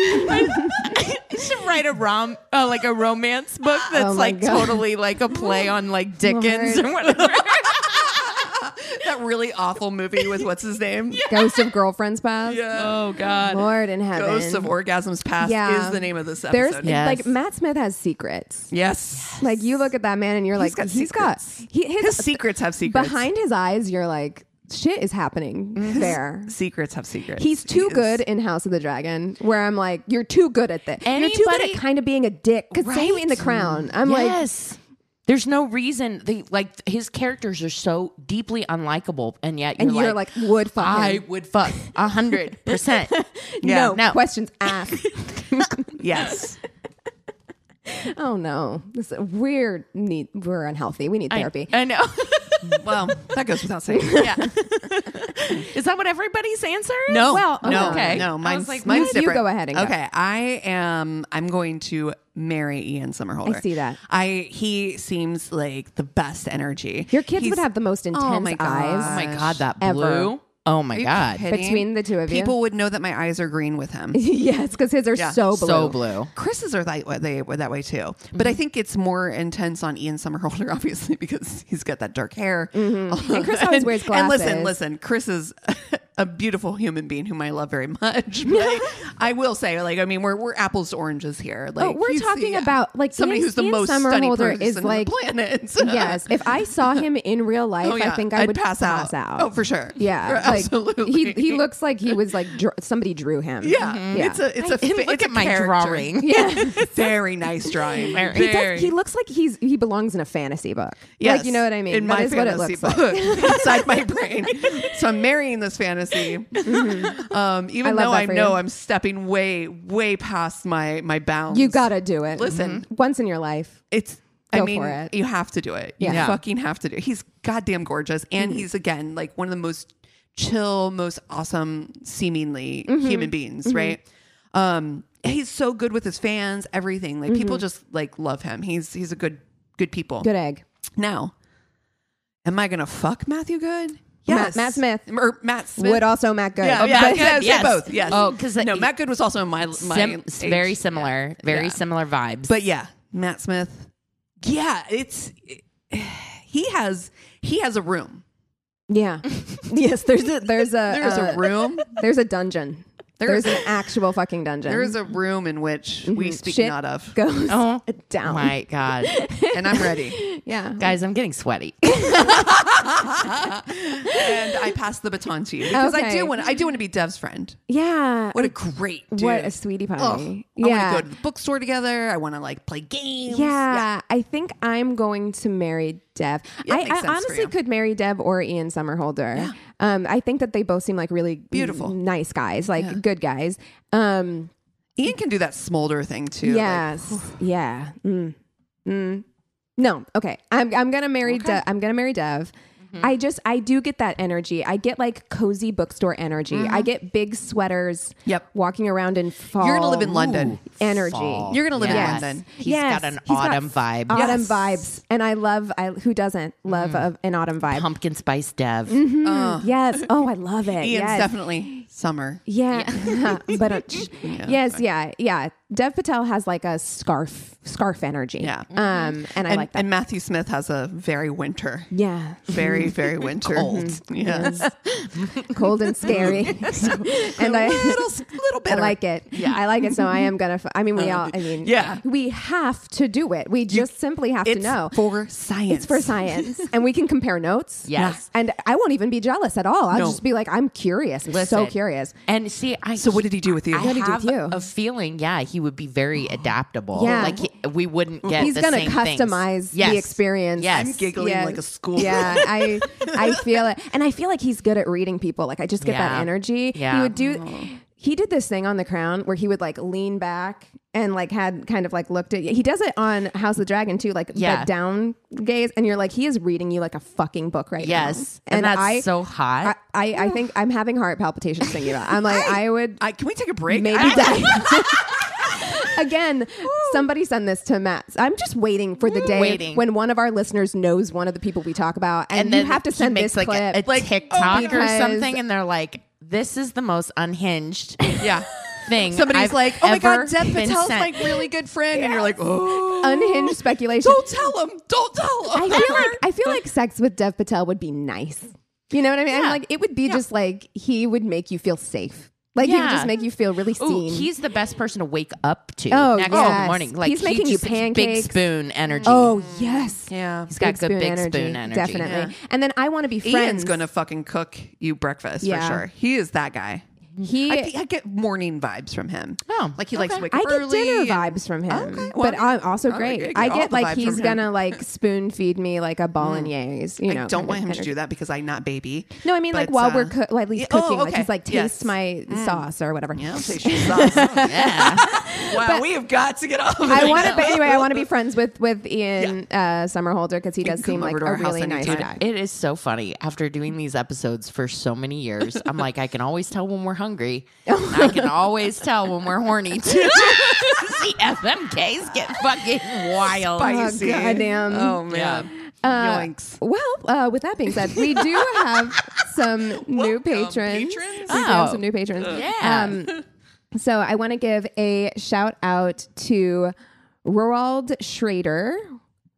C: I should write a rom, uh, like a romance book that's
B: Oh my
C: like
B: God.
C: totally like a play on like Dickens
B: Lord.
C: or whatever.
A: that really awful movie with what's his name?
B: Ghost of girlfriends past.
C: Oh God.
B: Lord in heaven.
A: Ghosts of Orgasms Past
B: Yeah.
A: is the name of this
B: There's
A: episode.
C: Yes.
B: like Matt Smith has secrets.
A: Yes.
B: Like you look at that man and you're like,
A: got
B: he's got
A: secrets.
B: he,
A: His
B: his,
A: secrets have secrets.
B: behind his eyes. You're like, shit is happening there.
A: secrets have secrets.
B: He's
A: Mm-hmm. He
B: too
A: is-
B: good in House of the Dragon, where I'm like, you're too good at this. You're too good
C: Anybody-
B: at kind of being a dick. Because same in The Crown, I'm like,
C: yes. There's no reason they like his characters are so deeply unlikable, and yet you're
B: and you're like, would fuck
C: I
B: him.
C: would fuck a hundred percent.
B: no,
C: no.
B: questions asked.
A: Yes.
B: oh no, this, we're need we're unhealthy. We need therapy.
C: I know.
A: well, that goes without saying.
C: yeah. Is that what everybody's answer is?
A: No.
B: Well,
A: no.
B: okay.
C: I
A: No,
C: was
A: mine's,
C: like,
A: mine's
B: you
A: different.
B: go ahead and go.
A: Okay, I am I'm going to marry Ian Somerhalder.
B: I see that.
A: I he seems like the best energy.
B: Your kids
A: He's-
B: would have the most intense
A: Oh my God.
B: eyes.
C: Oh my god, that
B: Uh, Ever.
C: blue. Oh my
A: Are you
C: god.
A: kidding?
B: Between the two of you?
A: people would know that my eyes are green with him.
B: yes, because his are
A: Yeah.
B: so blue.
C: So blue.
A: Chris's are that way, they were that way too, but
B: Mm-hmm.
A: I think it's more intense on Ian Somerhalder, obviously, because he's got that dark hair.
B: Mm-hmm. And Chris always wears
A: And listen,
B: glasses.
A: listen, Chris is a beautiful human being whom I love very much. But I will say, like, I mean, we're we're apples to oranges here. Like,
B: Oh, we're
A: he's- uh,
B: talking about, like,
A: somebody
B: Ian-
A: who's the
B: Ian
A: most stunning
B: Somerhalder
A: person
B: is,
A: on
B: like-
A: the planet.
B: yes. If I saw him in real life,
A: Oh, yeah.
B: I think I
A: I'd
B: would
A: pass out. Oh, for sure.
B: Yeah,
A: For-
B: like,
A: absolutely.
B: He he Mm-hmm. looks like he was like dr- somebody drew him.
A: Yeah,
B: yeah.
A: it's a it's a
C: And
A: fi-
C: look
A: it's
C: at
A: a
C: my
A: character.
C: drawing.
B: yeah.
A: Very nice drawing. Very.
B: He, does, he looks like he's he belongs in a fantasy book.
A: Yes,
B: Like you know what I mean.
A: In
B: That
A: my
B: is what it
A: fantasy
B: looks like.
A: book inside my brain. So I'm marrying this fantasy, um,
B: Mm-hmm. I
A: even
B: love
A: though
B: that
A: I
B: for
A: know
B: you.
A: I'm stepping way way past my my bounds.
B: You gotta do it.
A: Listen.
B: Mhm. once in your life.
A: It's. I
B: Go
A: mean,
B: for it.
A: you have to do it. You
B: Yeah. Mm-hmm. Yeah.
A: fucking have to do it. He's goddamn gorgeous, and he's again like one of the most chill, most awesome, seemingly
B: Mm-hmm.
A: human beings, right? Um, he's so good with his fans, everything. Like
B: Mm-hmm.
A: people just like love him. He's he's a good good people.
B: Good egg.
A: Now, am I going to fuck Matthew Good?
B: Matt- Matt Smith.
A: Or Matt Smith.
B: Would also Matt Good.
A: yeah,
B: Oh,
A: yeah,
B: but-
A: yes,
C: yes.
A: both. Yes.
C: Oh, 'cause
A: no,
C: I-
A: Matt Good was also in my, my
C: Sim- s-
A: age.
C: very similar. Very
A: Yeah.
C: similar vibes.
A: But yeah, Matt Smith. Yeah, it's he has he has a room.
B: Yeah. yes. There's a there's a
A: There's
B: uh,
A: a room.
B: There's a dungeon.
A: There-
B: there's an actual fucking dungeon.
A: There's a room in which we speak
B: Mm-hmm. Shit
A: not of,
B: goes
C: Oh.
B: down.
C: my god,
A: and I'm ready.
B: Yeah.
C: guys, I'm getting sweaty.
A: and I pass the baton to you because I
B: Okay.
A: do want I do want to be Dev's friend.
B: Yeah.
A: What a great dude. Oh.
B: What a sweetie pie.
A: Ugh. I
B: yeah.
A: want to go to the bookstore together. I want to like play games.
B: Yeah, I think I'm going to marry Dev. I,
A: makes sense
B: I
A: for
B: honestly
A: you.
B: could marry Dev or Ian Somerhalder. Um, I think that they both seem like really
A: Beautiful.
B: n- nice guys, like good guys. Um,
A: Ian can do that smolder thing too.
B: yes, yeah. Mm. Mm. No, okay. I'm I'm gonna marry. Dev. I'm gonna marry Dev.
A: Mm-hmm.
B: I just I do get that energy. I get like cozy bookstore energy. I get big sweaters.
A: Mm-hmm. Yep.
B: Walking around in fall.
A: Like, you're gonna live
B: Oh,
A: in London.
C: Ooh,
B: energy.
C: fall.
A: You're gonna live in
C: Yes.
A: London.
C: He's
B: Yes,
C: got an
B: he's got
C: autumn vibe.
B: Autumn
A: Yes.
B: vibes, and I love. I who doesn't love a, an autumn vibe?
C: Pumpkin spice dev.
B: Mm-hmm. Yes. Oh, I love it.
A: Ian's
B: yes.
A: definitely summer.
B: Yeah. but uh, sh- yes, yeah, yeah. Dev Patel has like a scarf, scarf energy.
A: Yeah.
B: Um, and I
A: and,
B: like that.
A: and Matthew Smith has a very winter,
B: yeah.
A: very very winter. Cold. Yeah.
B: Cold and scary. and
A: A
B: I.
A: little little
B: I
A: bit.
B: like it. Yeah. I like it. So I am gonna. F- I mean, we all. I mean,
A: Yeah.
B: We have to do it. We just simply have to
A: It's
B: know.
A: for science.
B: It's for science, and we can compare notes.
C: Yes.
B: and I won't even be jealous at all. I'll
A: No.
B: just be like, I'm curious. I'm so
C: Listen.
B: curious.
C: And see, I
A: So what did he do with you?
C: I
A: What
B: did he
C: have
B: do?
C: a feeling, yeah, he would be very adaptable.
B: Yeah. Mm-hmm.
C: like he, we wouldn't get.
B: He's
C: the
B: gonna
C: same things.
B: customize
C: Yes.
B: the experience.
C: Yes,
A: I'm giggling
B: Yes.
A: like a schoolgirl.
B: Yeah, I I feel it, and I feel like he's good at reading people. Like I just get
C: Yeah.
B: that energy. He
C: Yeah.
B: would do.
A: Oh.
B: He did this thing on The Crown where he would like lean back and like had kind of like looked at. He does it on House of the Dragon too, like
C: Yeah.
B: the down gaze, and you're like he is reading you like a fucking book right now.
C: Yes, and, that's
B: I,
C: so hot.
B: I, I I think I'm having heart palpitations thinking about. It. I'm like I would
A: I, can we take a break? Ah,
B: maybe
A: I-
B: die. Again, somebody send this to Matt. I'm just waiting for the day
C: Mm. Waiting.
B: when one one of our listeners knows one of the people we talk about, and,
C: and then
B: you have to
C: he
B: send
C: makes
B: this
C: like a-
B: clip. oh,
C: a, TikTok or
B: because-
C: something, and they're like, "This is the most unhinged
A: yeah.
C: thing."
A: Somebody's
C: I've
A: like, "Oh my
C: ever
A: god, Dev
C: been
A: Patel's
C: sent."
A: my really good friend," and you're like, "Oh,
B: unhinged speculation.
A: don't tell him, don't tell
B: I
A: him."
B: feel like I feel like sex with Dev Patel would be nice. You know what I mean? I'm
C: Yeah.
B: like it would be just like he would make you feel safe. Like he would
C: Yeah.
B: just make you feel really
C: Ooh,
B: seen.
C: he's the best person to wake up to
B: Oh,
C: next
B: yes.
C: morning. Like
B: He's
C: he
B: making you
C: just-
B: pancakes.
C: big spoon energy.
B: oh yes,
A: yeah.
C: Mm. he's got good big spoon energy.
B: definitely. And then I want to be friends.
A: Ian's gonna fucking cook you breakfast
B: Yeah.
A: for sure. He is that guy.
B: he.
A: I, think I get morning vibes from him.
C: Oh,
A: like he likes to wake
B: I
A: up
B: get
A: early.
B: dinner
A: and-
B: vibes from him,
A: Okay, well,
B: but
A: I
B: I'm also
A: I
B: great.
A: get
B: I
A: all
B: get
A: the
B: like
A: vibes
B: he's
A: from him. Mm.
B: gonna like spoon feed me like a bolognese. You know,
A: I
B: kind
A: don't
B: of
A: want him to
B: energy.
A: do that because I'm not baby.
B: No, I mean like
A: But,
B: while
A: uh,
B: we're coo- well, at least
A: yeah, oh,
B: cooking, like
A: okay.
B: he's like taste
A: Yes. Mm.
B: my sauce or whatever.
A: Yeah, I'll taste your sauce.
C: yeah.
A: wow, we have got to get off. of
B: I
A: this.
B: want to, but anyway, I want to be friends with with Ian uh, Summerholder because he does
A: can
B: seem
A: come
B: like
A: over to
B: a
A: our house
B: really nice
A: anytime.
B: guy.
C: It is so funny. After doing these episodes for so many years, I'm like, I can always tell when we're hungry. And
A: Oh
C: I can always tell when we're horny too. See, FMKs get fucking wild.
A: Spicy.
B: Oh, goddamn. Uh,
A: Oh man. Yoinks.
B: Well, uh, with that being said, we do have some new
A: Welcome,
B: patrons.
A: patrons.
B: We do have
C: Oh.
B: some new patrons.
C: Yeah.
B: Um, so I want to give a shout out to Roald Schrader.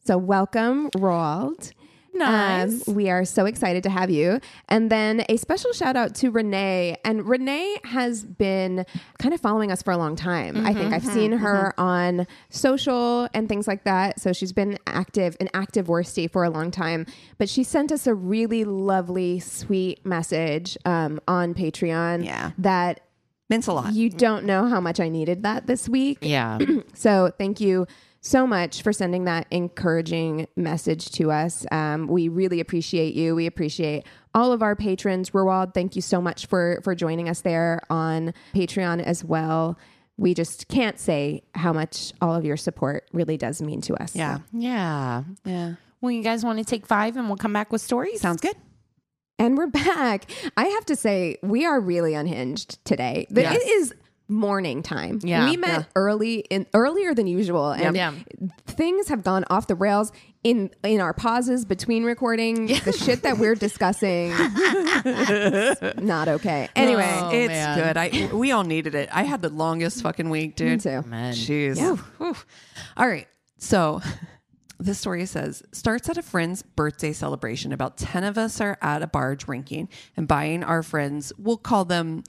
B: So welcome, Roald.
C: Nice.
B: Um, we are so excited to have you. And then a special shout out to Renee. And Renee has been kind of following us for a long time. I think I've seen her on social and things like that. So she's been active, an active worstie for a long time. But she sent us a really lovely, sweet message um, on Patreon
A: Yeah.
B: that
A: Mints a lot.
B: you don't know how much I needed that this week.
C: Yeah.
B: So thank you so much for sending that encouraging message to us. Um, we really appreciate you. We appreciate all of our patrons. Ruwald, thank you so much for for joining us there on Patreon as well. We just can't say how much all of your support really does mean to us.
A: Yeah.
C: Yeah.
A: Yeah.
C: Well, you guys want to take five and we'll come back with stories?
A: Sounds good.
B: And we're back. I have to say, we are really unhinged today. But
C: Yes.
B: it is morning time.
C: Yeah.
B: We met
C: Yeah.
B: early in earlier than usual. And
C: Yeah.
B: things have gone off the rails in in our pauses between recording. The shit that we're discussing it's not okay. Anyway.
C: Oh,
A: it's
C: man.
A: good. I we all needed it. I had the longest fucking week, dude.
B: too.
C: Man.
A: Jeez. Whew. All right. So this story says starts at a friend's birthday celebration. About ten of us are at a bar drinking and buying our friends. We'll call them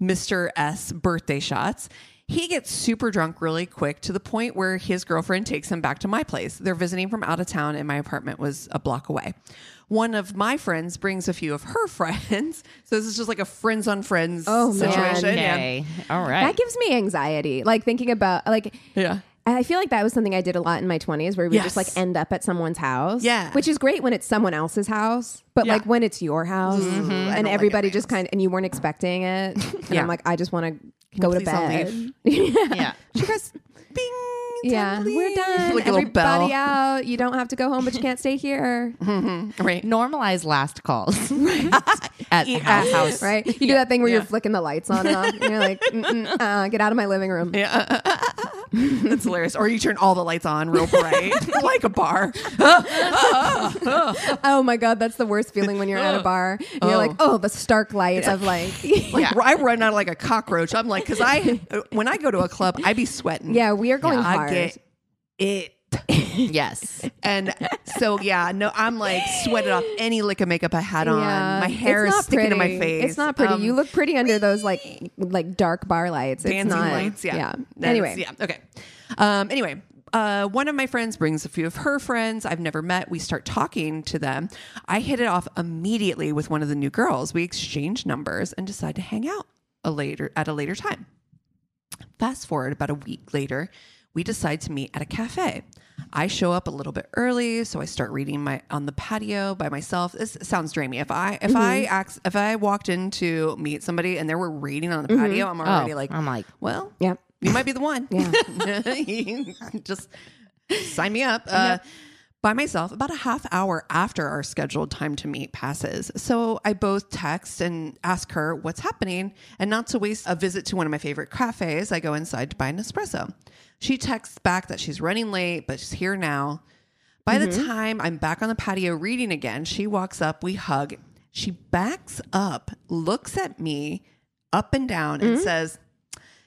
A: Mr. S birthday shots. He gets super drunk really quick to the point where his girlfriend takes him back to my place. They're visiting from out of town, and my apartment was a block away. One of my friends brings a few of her friends. So this is just like a friends on friends
B: Oh, man.
A: situation. Yeah.
C: Okay. All right.
B: That gives me anxiety. Like thinking about like
A: Yeah.
B: I feel like that was something I did a lot in my 20s where we would just
A: Yes.
B: like end up at someone's house.
A: Yeah.
B: Which is great when it's someone else's house, but
A: Yeah.
B: like when it's your house and
C: Mm-hmm.
A: like
B: everybody just kind of, and you weren't expecting it. And
A: Yeah.
B: I'm like, I just want to go to
A: please all
B: bed.
A: leave?
B: yeah.
C: yeah.
A: She goes, bing. time
B: Yeah.
A: to
B: We're
A: leave.
B: done.
A: Like a little
B: everybody
A: bell.
B: out. You don't have to go home, but you can't stay here.
A: Right.
C: Normalize last calls at
A: Yeah.
C: house. house.
B: Right? You do that thing where you're flicking the lights on and off. And you're like, "Mm-mm, uh, get out of my living room.
A: That's hilarious. Or you turn all the lights on real bright, like a bar.
B: Oh my God. That's the worst feeling when you're at a bar. And You're like, oh, the stark light of like,
A: Like I run out like a cockroach. I'm like, because I when I go to a club, I be sweating.
B: yeah, we are going
A: I
B: hard.
A: get it.
C: Yes.
A: And so yeah, no, I'm like sweated off any lick of makeup I had on.
B: Yeah.
A: My hair
B: It's
A: is
B: not
A: sticking to my
B: pretty.
A: face.
B: It's not pretty.
A: Um,
B: you look pretty under those like like dark bar lights. It's
A: dancing
B: not-
A: lights. Yeah. That's-
B: Anyway,
A: Yeah. Okay. Um, anyway. Uh, one of my friends brings a few of her friends I've never met. We start talking to them. I hit it off immediately with one of the new girls. We exchange numbers and decide to hang out a later at a later time. Fast forward about a week later, we decide to meet at a cafe. I show up a little bit early, so I start reading my on the patio by myself. This sounds dreamy. If I if I ax, if I walked in to meet somebody and they were reading on the patio, I'm already like
C: I'm like,
A: well,
B: Yeah.
A: you might be the one. Just sign me up. Uh, By myself, about a half hour after our scheduled time to meet passes. So I both text and ask her what's happening. And not to waste a visit to one of my favorite cafes, I go inside to buy an espresso. She texts back that she's running late, but she's here now. By the time I'm back on the patio reading again, she walks up, we hug. She backs up, looks at me up and down, and says,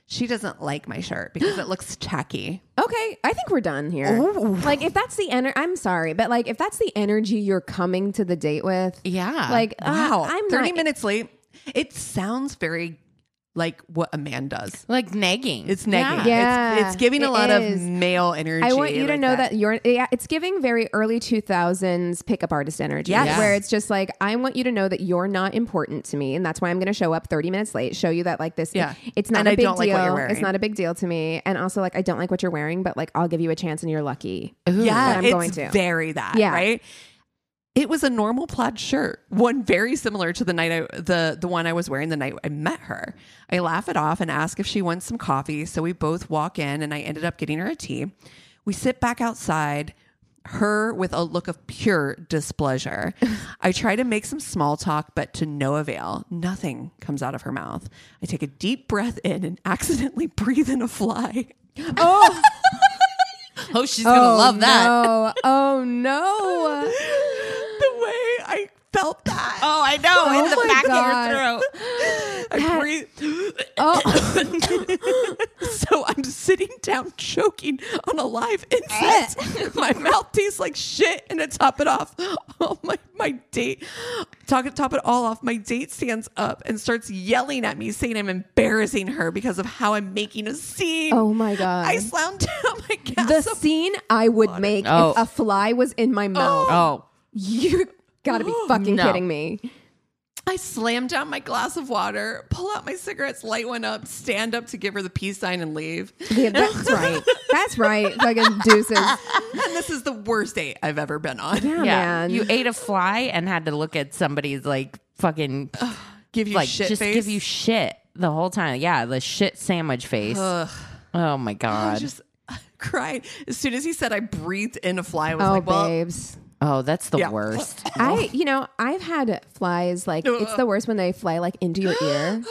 A: She doesn't like my shirt because it looks tacky.
B: okay. I think we're done here. Like, if that's the energy, I'm sorry, but like if that's the energy you're coming to the date with,
C: yeah.
B: like uh,
A: Wow.
B: I'm
A: 30
B: not,
A: minutes late. It sounds very like what a man does.
C: like nagging.
A: It's nagging.
B: Yeah.
A: It's, it's giving
B: It
A: a lot
B: is.
A: of male energy.
B: I want you to
A: like
B: know that, you're. Yeah, it's giving very early 2000s pickup artist energy.
A: Yes.
B: where it's just like I want you to know that you're not important to me, and that's why I'm going to show up 30 minutes late, show you that like this.
A: Yeah.
B: it's not
A: And
B: a
A: I
B: big
A: don't like
B: deal.
A: what you're wearing.
B: It's not a big deal to me, and also like I don't like what you're wearing, but like I'll give you a chance, and you're lucky.
A: yeah,
B: that I'm
A: it's
B: going to.
A: very that,
B: Yeah.
A: right? It was a normal plaid shirt, one very similar to the night I the the one I was wearing the night I met her. I laugh it off and ask if she wants some coffee, so we both walk in and I ended up getting her a tea. We sit back outside, her with a look of pure displeasure. I try to make some small talk, but to no avail. Nothing comes out of her mouth. I take a deep breath in and accidentally breathe in a fly.
C: oh, she's going to love that.
B: No. Oh no.
A: the way I felt that.
C: Oh, I know. in the
B: my
C: back
B: God.
C: of your throat.
A: I breathe. oh. so I'm sitting down choking on a live insect. my mouth tastes like shit, and to top it off, all my my date, talk top it all off, my date stands up and starts yelling at me, saying I'm embarrassing her because of how I'm making a scene.
B: Oh my God.
A: I slammed down my gas.
B: the scene I would make
C: Oh.
B: if a fly was in my mouth.
C: Oh.
B: You gotta be fucking
C: No.
B: kidding me.
A: I slam down my glass of water, pull out my cigarettes, light one up, stand up to give her the peace sign, and leave.
B: Yeah, that's right. That's right. Fucking deuces. Yeah,
A: And this is the worst date I've ever been on.
B: man.
C: Oh, You ate a fly and had to look at somebody's like fucking
A: Give you
C: like
A: shit
C: just
A: face.
C: give you shit the whole time. Yeah, the shit sandwich face. Oh my
A: I
C: god.
A: was just crying. As soon as he said I breathed in a fly, I was
B: oh,
A: like, well, oh.
B: babes.
C: oh, that's the
A: Yeah.
C: worst.
B: I, you know, I've had flies like it's the worst when they fly like into your ear,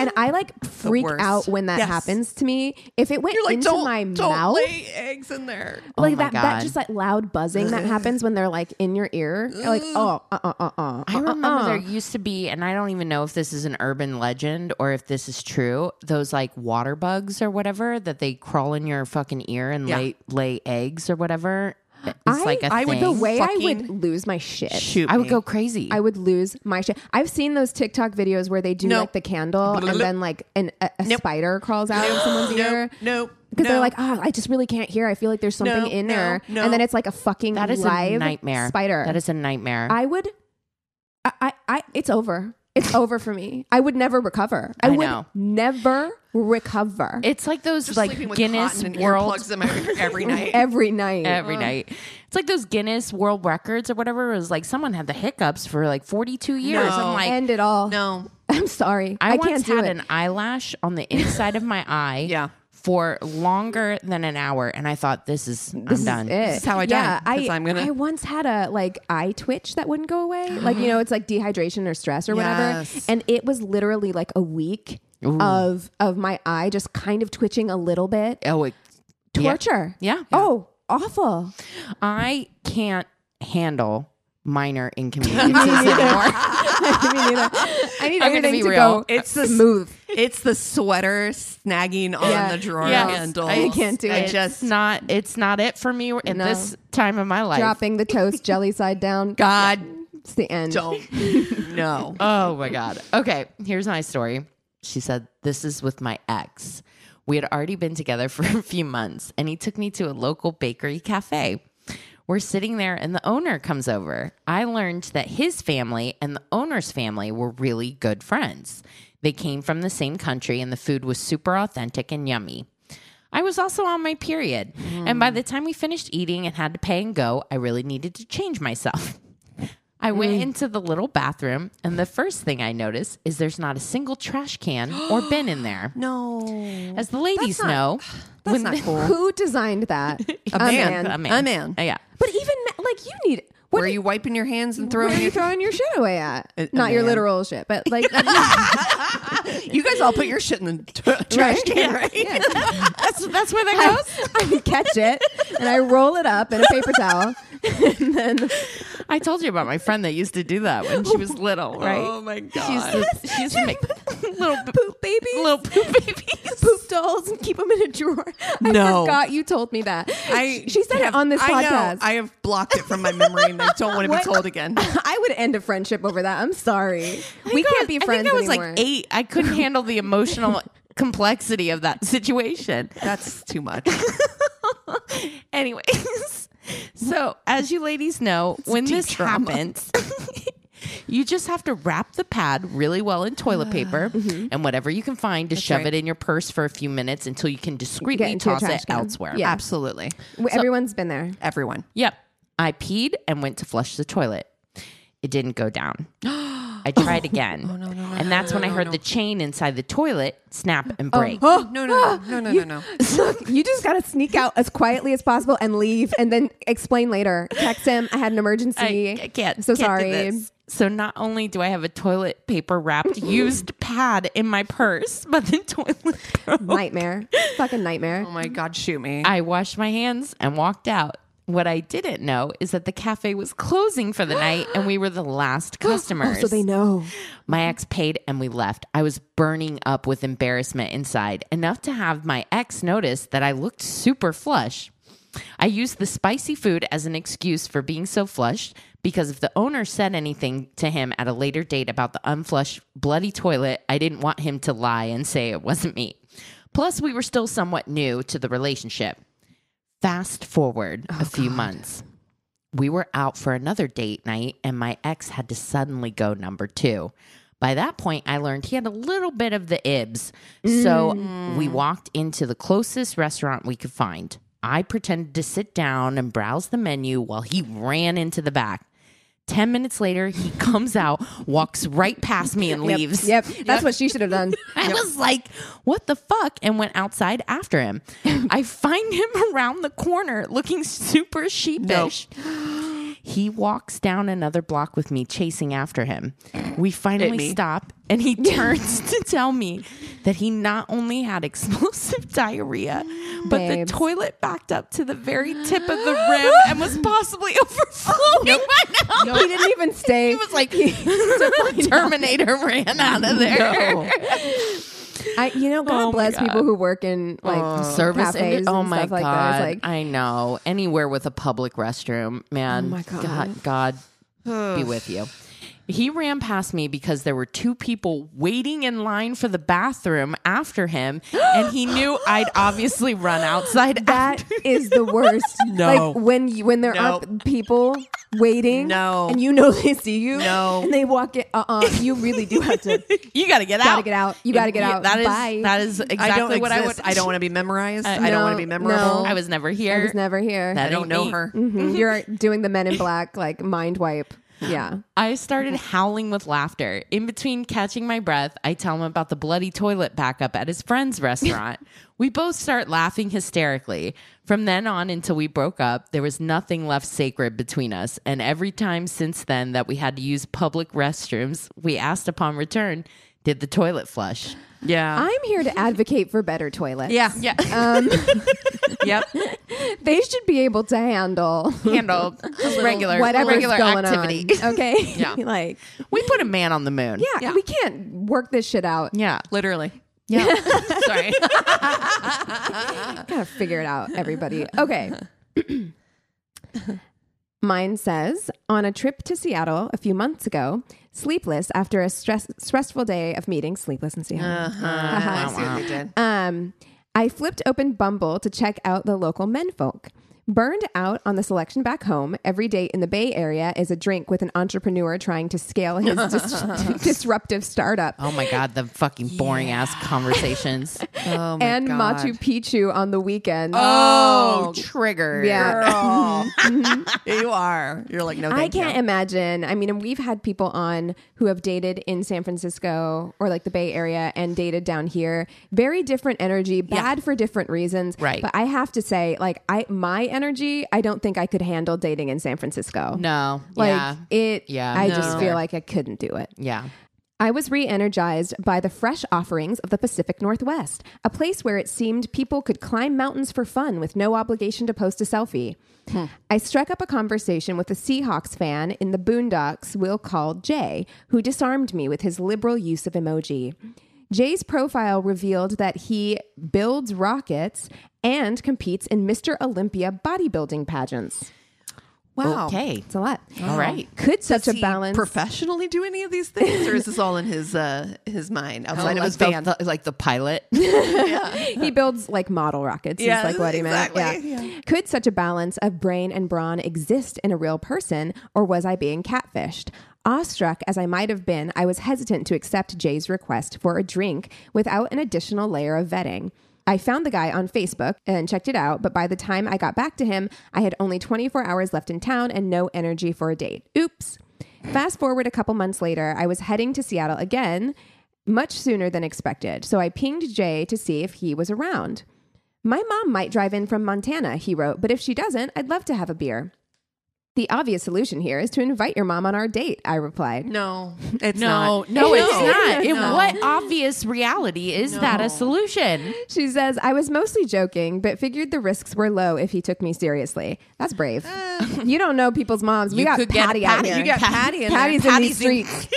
B: and I like freak
A: worst.
B: out when that
A: Yes.
B: happens to me. If it went
A: you're like,
B: into
A: don't,
B: my
A: don't
B: mouth,
A: lay eggs in there.
B: like
C: Oh my
B: that, that
C: God.
B: just like loud buzzing that happens when they're like in your ear, you're like oh, uh, uh, uh, uh.
C: I remember there used to be, and I don't even know if this is an urban legend or if this is true. Those like water bugs or whatever that they crawl in your fucking ear and
A: Yeah.
C: lay lay eggs or whatever. It's like a
B: I would
C: thing.
B: the way I would
A: Fucking
B: lose my shit.
A: Shoot,
C: I would
A: me.
C: go crazy.
B: I would lose my shit. I've seen those TikTok videos where they do
A: No.
B: like the candle and then like an, a, a spider crawls out of someone's ear.
A: Nope, nope.
B: Because they're
A: nope.
B: like, oh, I just really can't hear. I feel like there's something
A: No,
B: in
A: no,
B: there.
A: no.
B: And then it's like a fucking
C: that is
B: live
C: a nightmare.
B: spider.
C: That is a nightmare.
B: I would, I, I, I it's over. It's over for me. I would never recover. I,
C: I
B: would
C: know.
B: never recover
C: it's like those
A: Just
C: like
A: sleeping with
C: Guinness
A: cotton and
C: World
A: earplugs in my ear every night.
B: every night.
C: every night. It's like those Guinness World Records or whatever. It was like someone had the hiccups for like 42 years.
A: No.
C: I'm like,
B: End it all.
A: no,
B: I'm sorry.
C: I,
B: I,
C: once
B: can't do
C: had
B: it.
C: an eyelash on the inside of my eye.
A: Yeah.
C: For longer than an hour, and I thought, "This is
B: this
C: I'm done."
B: Is it.
A: is how I
B: yeah,
A: die, 'cause
B: I,
A: I'm gonna-
B: I once had a like eye twitch that wouldn't go away. Like you know, it's like dehydration or stress or whatever.
A: Yes.
B: And it was literally like a week of of my eye just kind of twitching a little bit.
C: Oh, it, yeah.
B: Torture.
C: Yeah.
B: Oh, awful.
C: I can't handle minor inconveniences anymore.
B: I mean, you know, I need
C: I'm gonna
B: everything
C: be
B: to
C: real.
B: go.
A: It's the-
B: smooth.
A: it's the sweater snagging on
B: Yeah.
A: the drawer
C: Yes.
A: handle.
C: I
B: can't do
A: I
B: it.
C: Just
A: just
C: not. It's not it for me in
B: No.
C: this time of my life.
B: Dropping the toast jelly side down.
A: God
B: It's the end.
A: don't know.
C: Oh my God. Okay, here's my story. She said, This is with my ex. We had already been together for a few months, and he took me to a local bakery cafe. We're sitting there, and the owner comes over. I learned that his family and the owner's family were really good friends. They came from the same country, and the food was super authentic and yummy. I was also on my period, and by the time we finished eating and had to pay and go, I really needed to change myself. I went into the little bathroom, and the first thing I notice is there's not a single trash can or bin in there.
A: No,
C: As the ladies know,
A: that's not cool.
B: Who designed that? a
A: man.
C: a man,
A: A man.
C: Uh, yeah,
B: But even ma- like you need. What
A: Where are you wiping your hands and
B: Where
A: throwing
B: are you
A: your?
B: throwing your shit away at?
A: A- a
B: Not your
A: man.
B: literal shit, but like
A: You guys all put your shit in the t- trash
B: Right?
A: can,
B: Yeah.
A: right?
C: that's that's where that
B: I, I catch it and I roll it up in a paper towel. And then
C: goes. I told you about my friend that used to do that when she was little, right?
A: Oh my
C: She used
A: god!
C: to, she used to make little
B: poop babies,
C: little poop babies.
B: poop dolls, and keep them in a drawer. I
A: No.
B: forgot you told me that.
A: I
B: she said
A: have-
B: it on this
A: I know.
B: podcast.
A: I have blocked it from my memory, and I don't want to be
B: What?
A: told again.
B: I would end a friendship over that. I'm sorry. we can't be friends
C: I think I was
B: anymore.
C: like eight. I couldn't handle the emotional complexity of that situation.
A: That's too much.
C: Anyways, so as you ladies know, when
A: deep
C: this
A: trauma.
C: happens, you just have to wrap the pad really well in
B: Ah,
C: toilet paper
B: mm-hmm.
C: and whatever you can find to shove
A: right.
C: it in your purse for a few minutes until you can discreetly
B: into a
C: toss
B: trash
C: it
B: can.
C: elsewhere.
B: Yeah.
A: Absolutely,
B: W- Everyone's been there.
A: everyone.
C: Yep. I peed and went to flush the toilet. It didn't go down. I tried again.
B: Oh,
C: and that's when I heard the chain inside the toilet snap and break.
A: Oh no no no no no no no!
B: Look, you just gotta sneak out as quietly as possible and leave, and then explain later. Text him. I had an emergency.
C: I, I can't.
B: I'm so
C: can't do
B: sorry.
C: this. So not only do I have a toilet paper wrapped used pad in my purse, but the toilet. broke.
B: Nightmare. Fucking nightmare.
A: Oh my god, shoot me!
C: I washed my hands and walked out. what I didn't know is that the cafe was closing for the night and we were the last customers.
B: Oh, So they know.
C: My ex paid and we left. I was burning up with embarrassment inside, enough to have my ex notice that I looked super flush. I used the spicy food as an excuse for being so flushed because if the owner said anything to him at a later date about the unflushed bloody toilet, I didn't want him to lie and say it wasn't me. Plus, we were still somewhat new to the relationship. Fast forward
B: Oh,
C: a few months. We were out for another date night, and my ex had to suddenly go number two. By that point, I learned he had a little bit of the ibs. So
B: Mm.
C: we walked into the closest restaurant we could find. I pretended to sit down and browse the menu while he ran into the back. 10 minutes later, he comes out, walks right past me, and leaves.
B: Yep. That's what she should have done.
C: I was like, what the fuck? And went outside after him. I find him around the corner looking super sheepish. He walks down another block with me, chasing after him. We finally
A: me.
C: stop, and he turns to tell me that he not only had explosive diarrhea, but
B: Babes.
C: the toilet backed up to the very tip of the rim and was possibly overflowing by now.
B: He didn't even stay.
C: He was like, Terminator ran out of there.
B: I, you know, God
C: Oh my
B: bless
C: God.
B: people who work in like
C: Service
B: Uh, cafes.
C: industry. Oh
B: and
C: my
B: stuff like
C: god!
B: That. It's like,
C: I know anywhere with a public restroom, man.
B: Oh my God.
C: God, God be with you. He ran past me because there were two people waiting in line for the bathroom after him, and he knew I'd obviously run outside.
B: that
C: after.
B: is the worst.
A: No.
B: Like when you, when there are
A: Nope.
B: people waiting.
A: No.
B: And you know they see you.
A: No.
B: And they walk in. Uh uh You really do have to.
C: you gotta get
B: Gotta
C: out.
B: get out. You gotta get
C: Yeah,
B: out.
C: That is
B: Bye.
C: that is exactly
A: I don't
C: what
A: exist.
C: I would.
A: I don't want to be memorized. I,
B: Uh, no,
A: don't want to be
B: no.
A: memorable.
C: I was never here.
B: I was never here.
C: That
A: I don't
C: ain't
A: know
C: me.
A: her. Mm-hmm.
B: Mhm. You're doing the Men in Black like mind wipe. Yeah.
C: I started howling with laughter. In between catching my breath, I tell him about the bloody toilet backup at his friend's restaurant. we both start laughing hysterically. From then on until we broke up, there was nothing left sacred between us. And every time since then that we had to use public restrooms, we asked upon return, did the toilet flush?
A: yeah.
B: I'm here to advocate for better toilets. Um,
A: yeah.
C: Yeah.
A: Yep.
B: They should be able to handle
C: Handle just regular,
B: whatever's
C: regular
B: going
C: activity.
B: on. Okay.
C: Yeah.
B: like,
C: we put a man on the moon.
B: yeah, we can't work this shit out.
C: Yeah.
A: Literally.
C: Yeah. Sorry.
B: gotta figure it out, everybody. Okay. Mine says on a trip to Seattle a few months ago, sleepless after a stress stressful day of meetings, sleepless in Seattle. Uh-huh.
A: I see what they did.
B: Um, I flipped open Bumble to check out the local menfolk. Burned out on the selection back home. Every date in the Bay Area is a drink with an entrepreneur trying to scale his dis- disruptive startup.
C: Oh my God, the fucking boring ass conversations.
A: Oh my
B: and
A: God.
B: Machu Picchu on the weekend.
A: Oh, trigger.
B: Yeah. Mm-hmm.
A: you are. You're like, no,
B: I
A: thank
B: can't imagine. I mean, and we've had people on who have dated in San Francisco or like the Bay Area and dated down here. Very different energy, bad for different reasons.
C: Right.
B: But I have to say, like, I my energy, I don't think I could handle dating in San Francisco.
C: No.
B: Like
C: yeah.
B: it.
C: Yeah,
B: I
C: no.
B: just feel like I couldn't do it.
C: yeah.
B: I was re energized by the fresh offerings of the Pacific Northwest, a place where it seemed people could climb mountains for fun with no obligation to post a selfie.
C: Hmm.
B: I struck up a conversation with a Seahawks fan in the boondocks we'll call Jay, who disarmed me with his liberal use of emoji. Jay's profile revealed that he builds rockets and competes in Mr. Olympia bodybuilding pageants.
A: Wow.
C: Okay.
B: It's a lot.
C: All right.
B: Could such
A: Does
B: a
A: he
B: balance
A: professionally do any of these things, or is this all in his uh, his mind outside of his van?
C: the, like the pilot.
B: he builds like model rockets. Yeah,
A: Yeah,
B: like what he meant.
A: exactly.
B: Yeah. Could such a balance of brain and brawn exist in a real person, or was I being catfished? Awestruck as I might have been, I was hesitant to accept Jay's request for a drink without an additional layer of vetting. I found the guy on Facebook and checked it out, but by the time I got back to him, I had only 24 hours left in town and no energy for a date. Oops. Fast forward a couple months later, I was heading to Seattle again much sooner than expected, so I pinged Jay to see if he was around. My mom might drive in from Montana, he wrote, but if she doesn't, I'd love to have a beer. The obvious solution here is to invite your mom on our date, I replied.
A: No, it's
C: No,
A: not.
C: no, it's not. In
A: No.
C: what obvious reality is that a solution?
B: She says, I was mostly joking, but figured the risks were low if he took me seriously. That's brave. you don't know people's moms. We
C: Uh, You
B: got
C: could get
B: Patty, out
C: Patty.
B: here.
A: You got Patty in
B: Patty's
A: there.
B: in these streets.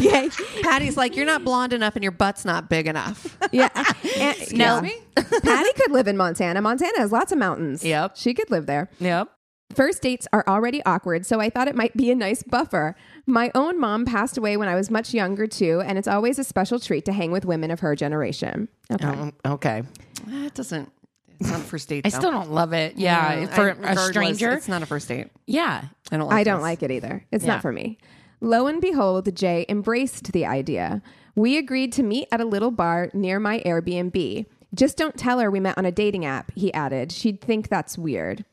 B: yeah.
A: Patty's like, you're not blonde enough and your butt's not big enough.
B: yeah. And- yeah.
A: me?
B: Patty could live in Montana. Montana has lots of mountains.
C: Yep.
B: She could live there.
C: Yep.
B: First dates are already awkward, so I thought it might be a nice buffer. My own mom passed away when I was much younger, too, and it's always a special treat to hang with women of her generation. Okay.
C: Um, okay.
A: That doesn't. It's not a first date.
C: I
A: though.
C: still don't love it. Yeah,
A: No, I-
C: for a
A: regardless,
C: stranger.
A: it's not a first date.
C: yeah.
A: I don't. Like
B: I don't
A: this.
B: like it either. It's
C: Yeah.
B: not for me. Lo and behold, Jay embraced the idea. We agreed to meet at a little bar near my Airbnb. Just don't tell her we met on a dating app, he added. She'd think that's weird.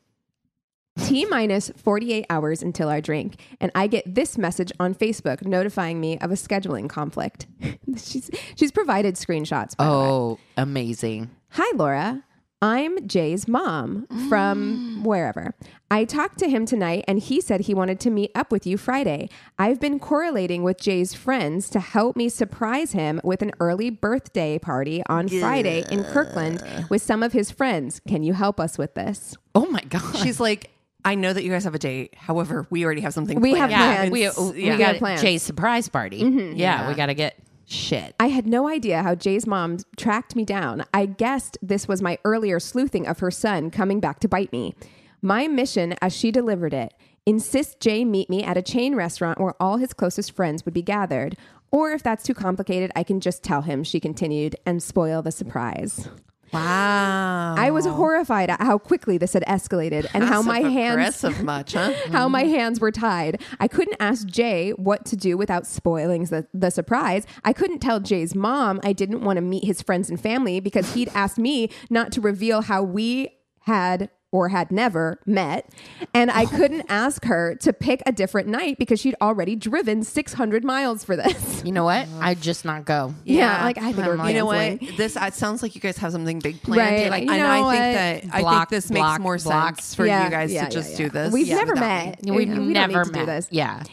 B: T minus 48 hours until our drink, and I get this message on Facebook notifying me of a scheduling conflict. she's, she's provided screenshots. By the way.
C: Oh, amazing.
B: Hi, Laura. I'm Jay's mom from wherever. I talked to him tonight and he said he wanted to meet up with you Friday. I've been correlating with Jay's friends to help me surprise him with an early birthday party on Friday in Kirkland with some of his friends. Can you help us with this?
C: Oh my god.
A: She's like, I know that you guys have a date. However, we already have something.
B: We
A: planned.
B: have
C: yeah,
B: plans.
C: we,
B: We
C: we
B: got
C: got
B: plans.
C: Jay's surprise party. yeah, we got to get shit.
B: I had no idea how Jay's mom tracked me down. I guessed this was my earlier sleuthing of her son coming back to bite me. My mission as she delivered it insist Jay meet me at a chain restaurant where all his closest friends would be gathered. Or if that's too complicated, I can just tell him, she continued, and spoil the surprise.
A: Wow.
B: I was horrified at how quickly this had escalated and how my hands
A: aggressive much, huh?
B: how
A: Mm-hmm.
B: my hands were tied. I couldn't ask Jay what to do without spoiling the, the surprise. I couldn't tell Jay's mom I didn't want to meet his friends and family because he'd asked me not to reveal how we had or had never met. And I couldn't ask her to pick a different night because she'd already driven 600 miles for this.
C: You know what? I'd just not go.
B: Yeah, like I think
C: I'm
B: we're
C: like,
A: You know what?
B: canceling.
A: This it sounds like you guys have something big planned.
B: Right.
A: You're Like,
B: You
A: and
B: know
A: I
B: what?
A: think that I
C: Block,
A: think this
C: block,
A: makes more
C: block.
A: sense for
B: Yeah,
A: you guys
B: yeah,
A: to just
B: yeah,
A: do
B: yeah.
A: this.
B: We've
A: Yeah,
B: never
A: without
B: met.
A: me.
C: We've
B: We don't need
C: never
B: to do
C: met.
B: this.
C: Yeah.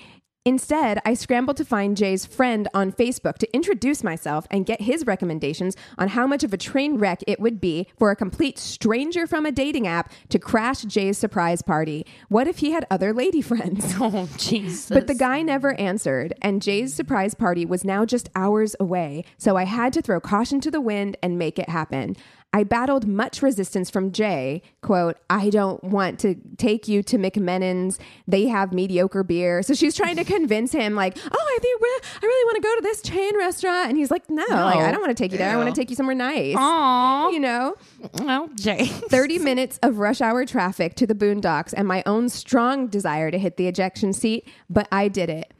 B: Instead, I scrambled to find Jay's friend on Facebook to introduce myself and get his recommendations on how much of a train wreck it would be for a complete stranger from a dating app to crash Jay's surprise party. What if he had other lady friends?
C: Oh Jesus.
B: But the guy never answered, and Jay's surprise party was now just hours away, so I had to throw caution to the wind and make it happen. I battled much resistance from Jay, quote, I don't want to take you to McMenon's. They have mediocre beer. So she's trying to convince him, like, oh, I think we- I really want to go to this chain restaurant. And he's like, no, like, I don't want to take you there. I want to take you somewhere nice.
C: Aw.
B: You know?
C: Well, Jay.
B: 30 minutes of rush hour traffic to the boondocks and my own strong desire to hit the ejection seat, but I did it.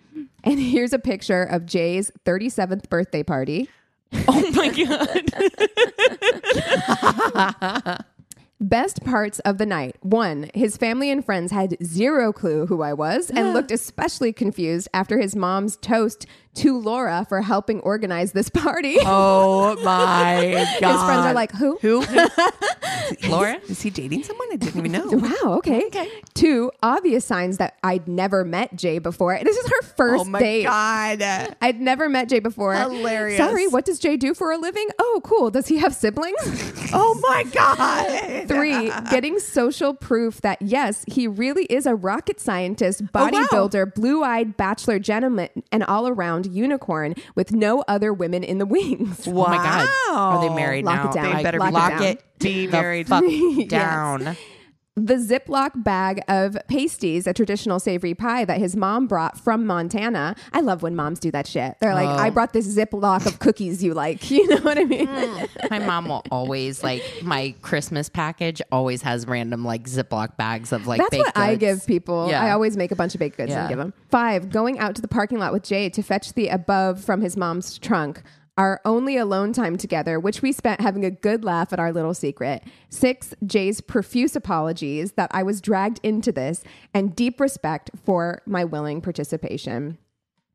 B: And here's a picture of Jay's 37th birthday party.
C: Oh my god.
B: Best parts of the night. One, his family and friends had zero clue who I was and looked especially confused after his mom's toast to Laura for helping organize this party.
A: Oh my god!
B: His friends are like, who?
A: Who? Laura? Is he dating someone? I didn't even know.
B: Wow, okay. Two, obvious signs that I'd never met Jay before. This is her first
A: Oh my
B: date.
A: god!
B: I'd never met Jay before.
A: Hilarious.
B: Sorry, what does Jay do for a living? Oh, cool. Does he have siblings?
A: Oh my god!
B: Three, getting social proof that yes, he really is a rocket
A: Oh,
B: scientist, bodybuilder, blue eyed bachelor gentleman, and all around unicorn with no other women in the wings.
C: Oh my god. Are they
A: Wow.
C: married
B: Lock
C: now?
B: it down.
C: I-
A: They better
B: Lock it
A: be lock
B: down.
A: it. Be
C: the
A: married.
C: fuck down.
B: The Ziploc bag of pasties, a traditional savory pie that his mom brought from Montana. I love when moms do that shit. They're like,
C: Oh.
B: I brought this Ziploc of cookies you like. You know what I mean?
C: My mom will always like my Christmas package always has random like Ziploc bags of like.
B: That's
C: baked
B: what I
C: goods.
B: give people.
C: Yeah.
B: I always make a bunch of baked goods
C: Yeah.
B: and give them. Five, going out to the parking lot with Jay to fetch the above from his mom's trunk. Our only alone time together, which we spent having a good laugh at our little secret. Six, Jay's profuse apologies that I was dragged into this and deep respect for my willing participation.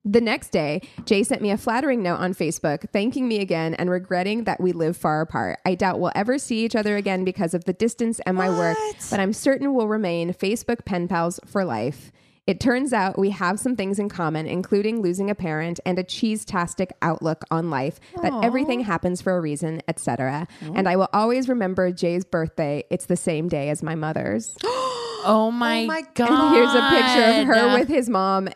B: The next day, Jay sent me a flattering note on Facebook, thanking me again and regretting that we live far apart. I doubt we'll ever see each other again because of the distance and my work, but I'm certain we'll remain Facebook pen pals for life. It turns out we have some things in common, including losing a parent and a cheese-tastic outlook on life, that everything happens for a reason, etc. And I will always remember Jay's birthday. It's the same day as my mother's.
C: Oh my,
A: my God.
C: god!
B: And here's a picture of her with his mom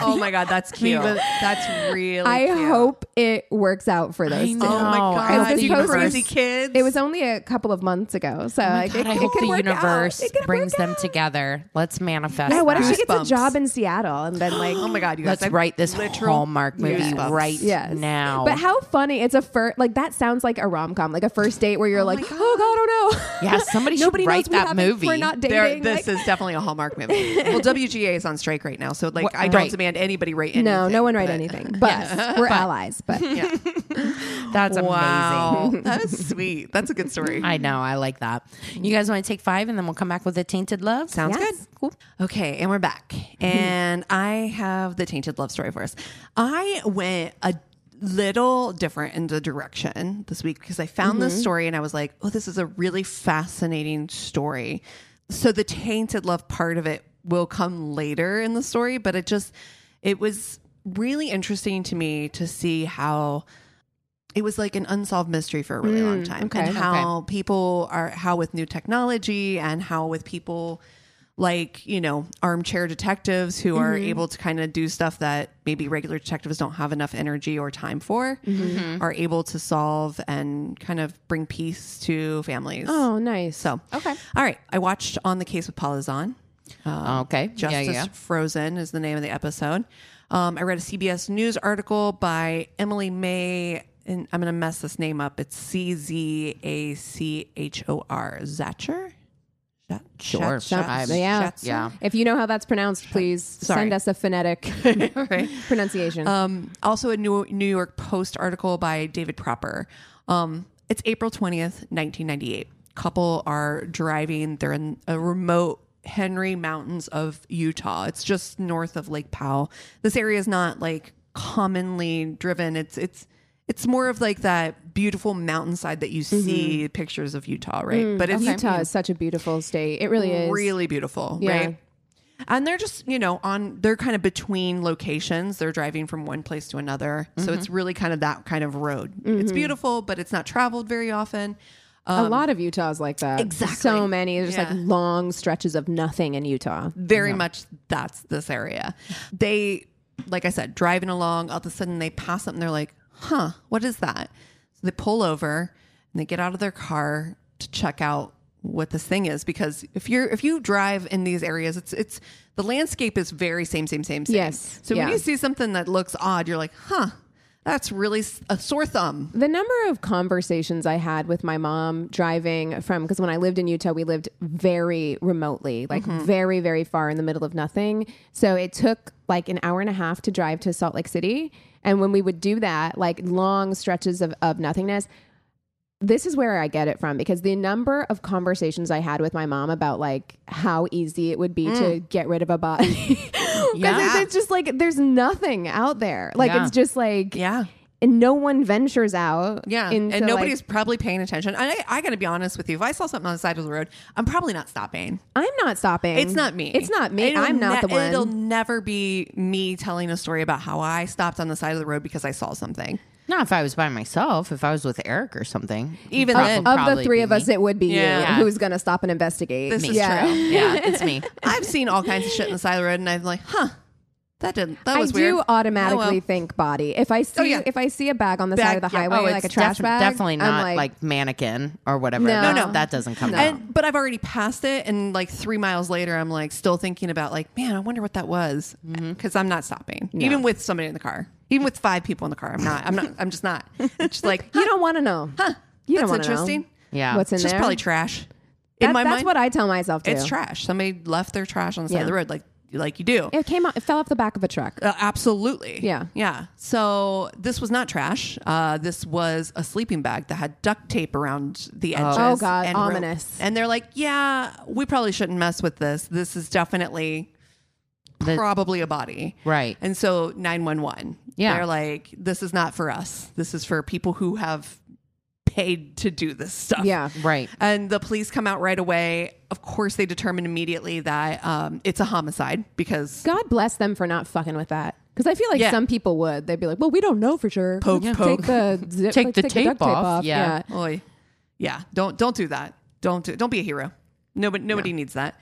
A: Oh my god, that's cute. that's really.
B: I
A: cute.
B: hope it works out for this.
C: I know.
A: Oh my
C: No, I
A: god,
B: hope the
A: you
B: universe-
A: crazy kids.
B: It was only a couple of months ago, so like,
C: Oh God,
B: it,
C: I
B: it
C: hope
B: could
C: the
B: work out.
C: universe
B: It could
C: brings
B: work
C: them
B: out.
C: together. Let's manifest.
B: Yeah, what if she
C: that.
B: gets a
A: Goosebumps.
B: job in Seattle and then like?
A: Oh my god, you guys!
C: Let's
A: I've
C: write this
A: literal
C: Hallmark movie
A: goosebumps.
C: right
B: Yes.
C: now.
B: But how funny! It's a first like that sounds like a rom com, like a first date where you're like,
A: my
B: oh god, I don't know.
C: Yeah, somebody should
B: Nobody knows
C: write
B: we
C: that
B: haven't-
C: movie.
B: We're not
A: There-
B: dating.
A: this
B: like-
A: is definitely a Hallmark movie. well, WGA is on strike right now, so like I don't
C: right.
A: demand anybody write anything.
B: no, no one write
A: but-
B: anything. But we're allies. But
C: That's amazing.
A: Wow, that's sweet. That's a good story.
C: I know. I like that. You guys want to take five, and then we'll come back with the tainted love.
A: Sounds
B: Yes.
A: good. Cool. Okay, and we're back. And I have the tainted love story for us. I went a little different in the direction this week because I found this story and I was like, oh, this is a really fascinating story. So the tainted love part of it will come later in the story, but it just it was really interesting to me to see how it was like an unsolved mystery for a really long time
B: Mm, okay.
A: and how people are how with new technology and how with people like you know armchair detectives who are
B: Mm-hmm.
A: able to kind of do stuff that maybe regular detectives don't have enough energy or time for
B: Mm-hmm.
A: are able to solve and kind of bring peace to families
B: oh, nice.
A: so
B: Okay.
A: all right i watched on the case with palazan
C: okay.
A: Justice
C: Yeah, yeah.
A: Frozen is the name of the episode. Um, I read a CBS News article by Emily May, and I'm going to mess this name up. It's C Z A C H O R. Zatcher? Zat-
C: Sure.
A: Zat- Zat-
C: I'm-
B: yeah.
A: Zatzer?
C: Yeah.
B: If you know how that's pronounced, please
A: Sorry.
B: send us a phonetic
A: Right.
B: pronunciation.
A: Um, also, a New, New York Post article by David Proper. Um, it's April 20th, 1998. Couple are driving. They're in a remote Henry Mountains of Utah. It's just north of Lake Powell. This area is not like commonly driven. It's it's it's more of like that beautiful mountainside that you see pictures of Utah, right? but it's
B: Utah is such a beautiful state. It really is.
A: really beautiful,
B: Yeah.
A: right? And they're just, you know, on they're kind of between locations. They're driving from one place to another. So
B: Mm-hmm.
A: it's really kind of that kind of road. It's beautiful, but it's not traveled very often.
B: a lot of Utah's like that.
A: Um, Exactly.
B: So many. There's
A: Yeah.
B: like long stretches of nothing in Utah.
A: Very much that's this area. They like I said, driving along, all of a sudden they pass something, they're like, huh, what is that? So they pull over and they get out of their car to check out what this thing is because if you're if you drive in these areas it's it's the landscape is very same same same same
B: Yes.
A: so when
B: Yeah.
A: you see something that looks odd you're like huh that's really s- a sore thumb
B: The number of conversations I had with my mom driving from, because when I lived in Utah, we lived very remotely, like
C: Mm-hmm.
B: very, very far in the middle of nothing. So it took like an hour and a half to drive to Salt Lake City. And when we would do that, like long stretches of, of nothingness, this is where I get it from because the number of conversations I had with my mom about like how easy it would be to get rid of a body. Because
C: Mm. Yeah.
B: it's just like there's nothing out there. Like
C: Yeah.
B: it's just like
A: yeah
B: and no one ventures out.
A: Yeah,
B: into,
A: and nobody's
B: like-
A: probably paying attention. And I, I got to be honest with you. If I saw something on the side of the road, I'm probably not stopping.
B: I'm not stopping.
A: It's not me.
B: Mm-hmm. It's not me.
A: It'll
B: I'm not
A: ne-
B: the one.
A: It'll never be me telling a story about how I stopped on the side of the road because I saw something.
C: Not if I was by myself. If I was with Eric or something.
A: Even
C: That
A: then-
C: would
A: Of
B: of the
C: probably
B: three
C: be
B: of
C: me.
B: us, it would be you
A: Yeah.
B: who's going to stop and investigate.
A: This is
B: yeah.
A: true.
C: yeah, it's me.
A: I've seen all kinds of shit on the side of the road, and I'm like, huh, that didn't. That
B: I
A: was
B: do
A: weird.
B: automatically
A: Oh, well. Oh,
B: think body. If I see
A: yeah.
B: if I see a bag on the
A: Bag,
B: side of the
A: yeah.
B: highway,
A: Oh,
B: like a
C: It's
B: trash
C: defi-
B: bag,
C: Definitely not
B: I'm like,
C: like, mannequin or whatever.
B: No.
C: That-
B: No, no.
C: that doesn't come. out.
A: And, but I've already passed it, and like three miles later, I'm like still thinking about like, man, I wonder what that was because
B: Mm-hmm.
A: I'm not stopping, even with somebody in the car, even with five people in the car. I'm not. I'm not. I'm just not. It's just like,
B: you don't want to know.
A: huh,
B: You don't
A: that's
B: wanna know.
A: interesting.
C: Yeah.
B: What's in
A: It's just
B: there?
A: probably trash.
B: That-
A: in my
B: that's
A: mind,
B: what I tell myself too.
A: it's trash. Somebody left their trash on the side
B: Yeah.
A: of the road, like like you do.
B: It came out. It fell off the back of a truck.
A: Uh, absolutely.
B: Yeah.
A: Yeah. So this was not trash. Uh, this was a sleeping bag that had duct tape around the edges.
B: Oh, God,
A: rope.
B: ominous.
A: And they're like, yeah, we probably shouldn't mess with this. This is definitely probably a body.
C: Right.
A: And so 911.
C: Yeah.
A: They're like, this is not for us. This is for people who have paid to do this stuff.
B: Yeah.
C: Right.
A: And the police come out right away. Of course, they determine immediately that um, it's a homicide because
B: God bless them for not fucking with that. Because I feel like
A: Yeah.
B: some people would. They'd be like, well, we don't know for sure.
A: Poke,
B: Like,
A: poke.
B: Take the, zip,
C: Take
B: like,
C: the tape
B: duct tape
C: off.
B: off.
C: Yeah.
A: Oy. Yeah. Don't don't do that. Don't do, don't be a hero. Nobody nobody needs that.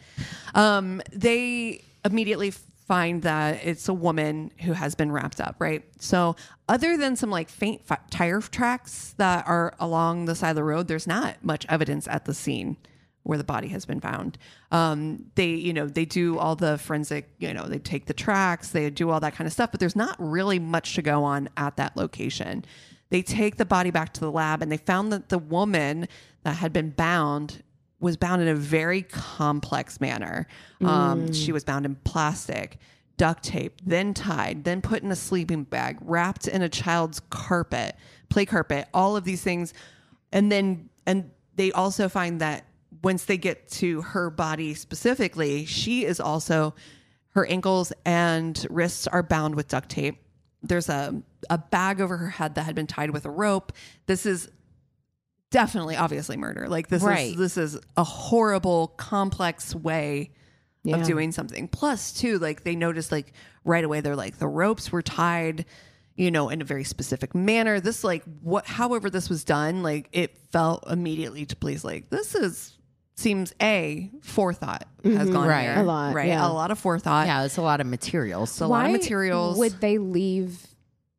A: Um, they immediately find that it's a woman who has been wrapped up, right? So other than some like faint fi- tire tracks that are along the side of the road, there's not much evidence at the scene where the body has been found. Um, they, you know, they do all the forensic, you know, they take the tracks, they do all that kind of stuff, but there's not really much to go on at that location. They take the body back to the lab and they found that the woman that had been bound was bound in a very complex manner. Um, She was bound in plastic, duct tape, then tied, then put in a sleeping bag, wrapped in a child's carpet, play carpet, all of these things. And then, and they also find that once they get to her body specifically, she is also, her ankles and wrists are bound with duct tape. There's a, a bag over her head that had been tied with a rope. This is definitely obviously murder like this
C: Right.
A: is this is a horrible complex way
B: Yeah.
A: of doing something plus too like they noticed like right away they're like the ropes were tied you know in a very specific manner this like what however this was done like it felt immediately to police like this is seems a forethought has gone
C: Right.
A: here,
B: Mm-hmm. A lot,
A: right a
B: yeah.
A: lot of forethought
C: Yeah, it's a lot of materials.
A: a
C: So
A: lot of
B: Why
A: materials
B: Would they leave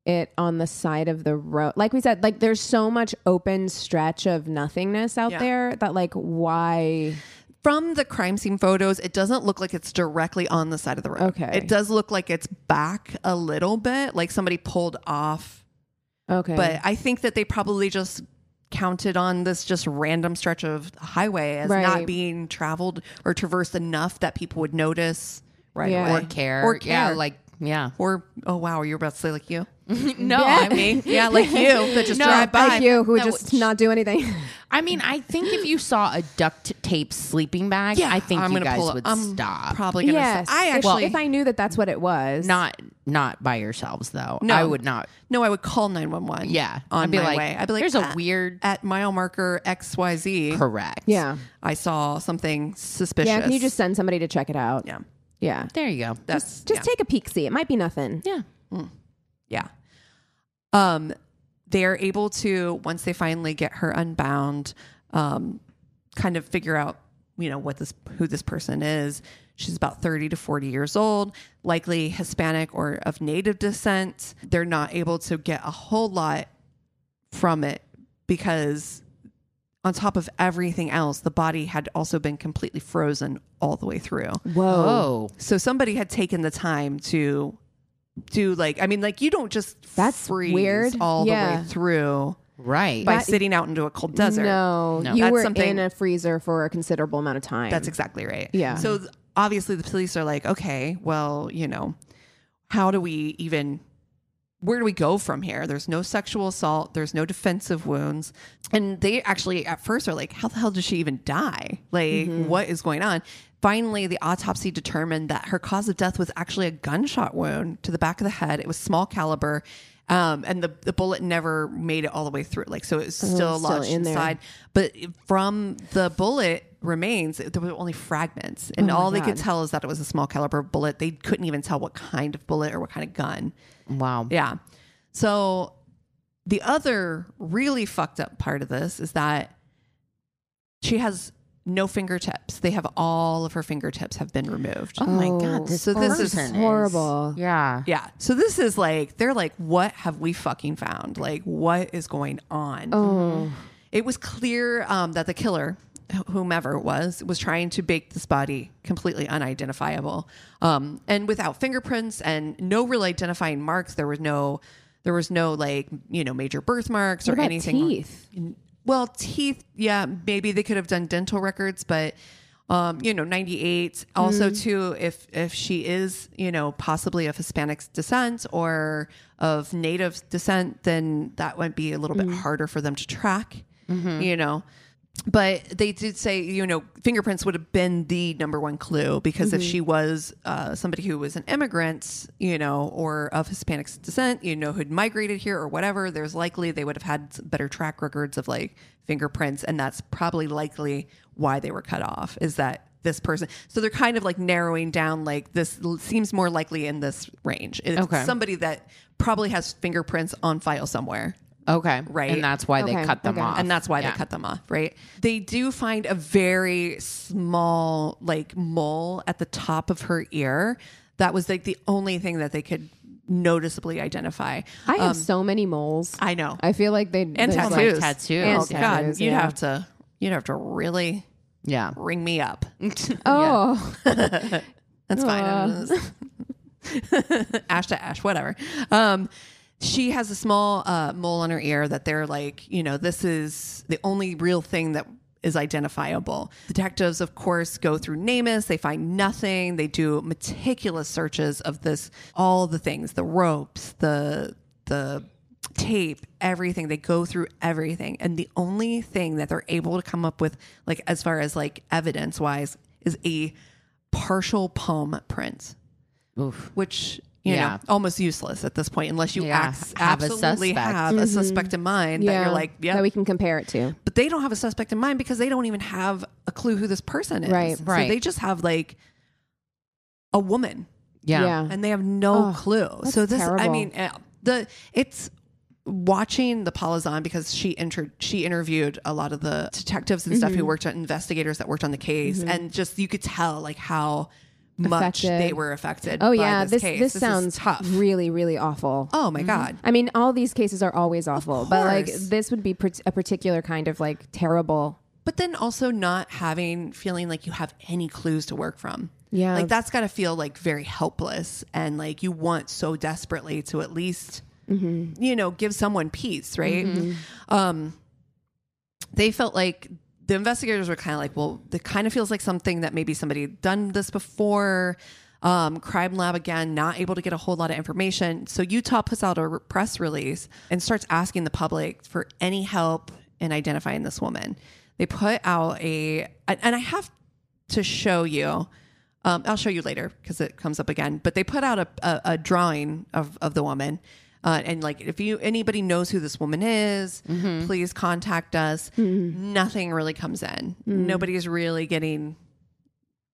B: it on the side of the road? Like we said, like there's so much open stretch of nothingness out
A: Yeah.
B: there that like why
A: from the crime scene photos, it doesn't look like it's directly on the side of the road.
B: Okay.
A: It does look like it's back a little bit, like somebody pulled off.
B: okay.
A: But I think that they probably just counted on this just random stretch of highway as
B: Right.
A: not being traveled or traversed enough that people would notice right
B: Yeah.
A: away.
C: or care.
A: Or care.
C: Yeah, like yeah.
A: or oh wow, you're about to say like you.
C: No, I mean
A: yeah, like you that just drive by.
B: like you who would
C: No,
B: just not do anything.
C: I mean, I think if you saw a duct tape sleeping bag, I think you
A: gonna
C: guys
A: pull it.
C: would
A: I'm
C: stop.
A: Probably gonna
B: yes.
A: stop. I
B: If-
A: actually
B: if, I knew that that's what it was.
C: not not by yourselves though.
A: No.
C: I would not.
A: No, I would call 911.
C: Yeah.
A: On
C: I'd be
A: my
C: like,
A: way. I'd be like, "Ah."
C: "There's a
A: "At-
C: weird-
A: At mile marker XYZ,
C: Correct.
B: Yeah.
A: I saw something suspicious.
B: Yeah, can you just send somebody to check it out?
A: Yeah.
B: Yeah.
C: There you go.
A: That's.
B: Just take a peek see. It might be nothing.
C: yeah.
A: yeah. Um, they're able to, once they finally get her unbound, um, kind of figure out, you know, what this, who this person is. She's about 30 to 40 years old, likely Hispanic or of native descent. They're not able to get a whole lot from it because on top of everything else, the body had also been completely frozen all the way through.
B: Whoa.
C: Oh.
A: So somebody had taken the time to do like I mean like you don't just
B: That's
A: freeze
B: weird.
A: all the
B: Yeah. e-
A: way through
C: Right.
A: by sitting out into a cold desert.
B: No,
C: No.
B: you
A: That's
B: were
A: something-
B: in a freezer for a considerable amount of time.
A: That's exactly right.
B: Yeah.
A: So th- obviously the police are like, okay, well, you know, how do we even where do we go from here? There's no sexual assault, there's no defensive wounds. And they actually at first are like, how the hell did she even die? Like, what is going on? Finally, the autopsy determined that her cause of death was actually a gunshot wound to the back of the head. It was small caliber. Um, and the, the bullet never made it all the way through. Like, so it was still
B: still
A: lodged
B: in there.
A: inside but from the bullet remains there were only fragments and all they could tell is that it was a small caliber bullet they couldn't even tell what kind of bullet or what kind of gun
C: Wow.
A: yeah so the other really fucked up part of this is that she has no fingertips they have all of her fingertips have been removed
C: Oh my god. This
A: so this is
C: person
B: horrible.
C: Yeah.
A: yeah so this is like they're like what have we fucking found like what is going on
B: Oh.
A: it was clear um, that the killer, wh- whomever it was, was trying to bake this body completely unidentifiable um, and without fingerprints and no real identifying marks. There was no, there was no like you know major birthmarks or
B: What about
A: anything.
B: teeth?
A: Well, teeth, yeah, maybe they could have done dental records, but um, you know, 98 also too if if she is, you know, possibly of Hispanic descent or of native descent, then that would be a little bit harder for them to track. You know, but they did say you know fingerprints would have been the number one clue because if she was uh, somebody who was an immigrant you know or of hispanic descent you know who'd migrated here or whatever there's likely they would have had better track records of like fingerprints and that's probably likely why they were cut off is that this person so they're kind of like narrowing down like this l- seems more likely in this range it's
C: Okay.
A: somebody that probably has fingerprints on file somewhere
C: Okay.
A: Right.
C: And that's why
B: Okay,
C: they cut them
B: okay.
C: off.
A: and that's why
C: Yeah.
A: they cut them off, right? They do find a very small, like, mole at the top of her ear. That was like the only thing that they could noticeably identify.
B: I have so many moles. I,
A: Um, I know.
B: feel like they
A: and
B: there's, like-
A: tattoos.
C: tattoos.
A: Oh, God.
B: And tattoos,
A: you'd
B: yeah.
A: have to, you'd have to really
C: Yeah.
A: ring me up.
B: oh,
A: That's fine. I'm just- ash to ash, whatever. Um, she has a small uh, mole on her ear that they're like, you know, this is the only real thing that is identifiable. Detectives, of course, go through Namus. They find nothing. They do meticulous searches of this, all the things, the ropes, the the tape, everything. They go through everything, and the only thing that they're able to come up with, like as far as like evidence wise, is a partial palm print, which you
C: Yeah.
A: know almost useless at this point unless you
C: Yeah,
A: ac-
C: have a
A: absolutely
C: suspect.
A: have a suspect in mind that
B: Mm-hmm. yeah.
A: you're like, yeah.
B: that we can compare it to.
A: but they don't have a suspect in mind because they don't even have a clue who this person is.
B: Right.
A: So
C: Right.
A: they just have like a woman
C: Yeah.
B: Yeah.
A: and they have no
B: Ugh,
A: clue. So this, I
B: terrible.
A: mean, uh, the it's watching the Palazan because she inter- she interviewed a lot of the detectives and
B: Mm-hmm.
A: stuff who worked on investigators that worked on the case, and just you could tell like how much
B: Affected.
A: they were affected.
B: Oh
A: by
B: yeah,
A: this
B: this
A: case.
B: this,
A: is
B: sounds mm-hmm.
A: tough.
B: really really awful.
A: oh my god.
B: I mean, all these cases are always awful, but like
A: course.
B: this would be par- a particular kind of like terrible.
A: But then also not having feeling like you have any clues to work from.
B: Yeah.
A: Like that's got to feel like very helpless and like you want so desperately to at least
B: Mm-hmm.
A: you know, give someone peace, right? Um they felt like the investigators were kind of like, well, it kind of feels like something that maybe somebody had done this before. Um, crime lab again, not able to get a whole lot of information. So Utah puts out a re- press release and starts asking the public for any help in identifying this woman. They put out a, and and I have to show you. Um, I'll show you later because it comes up again. But they put out a, a, a drawing of, of the woman. Uh, and like, if you anybody knows who this woman is, please contact us. Nothing really comes in. Nobody's really getting,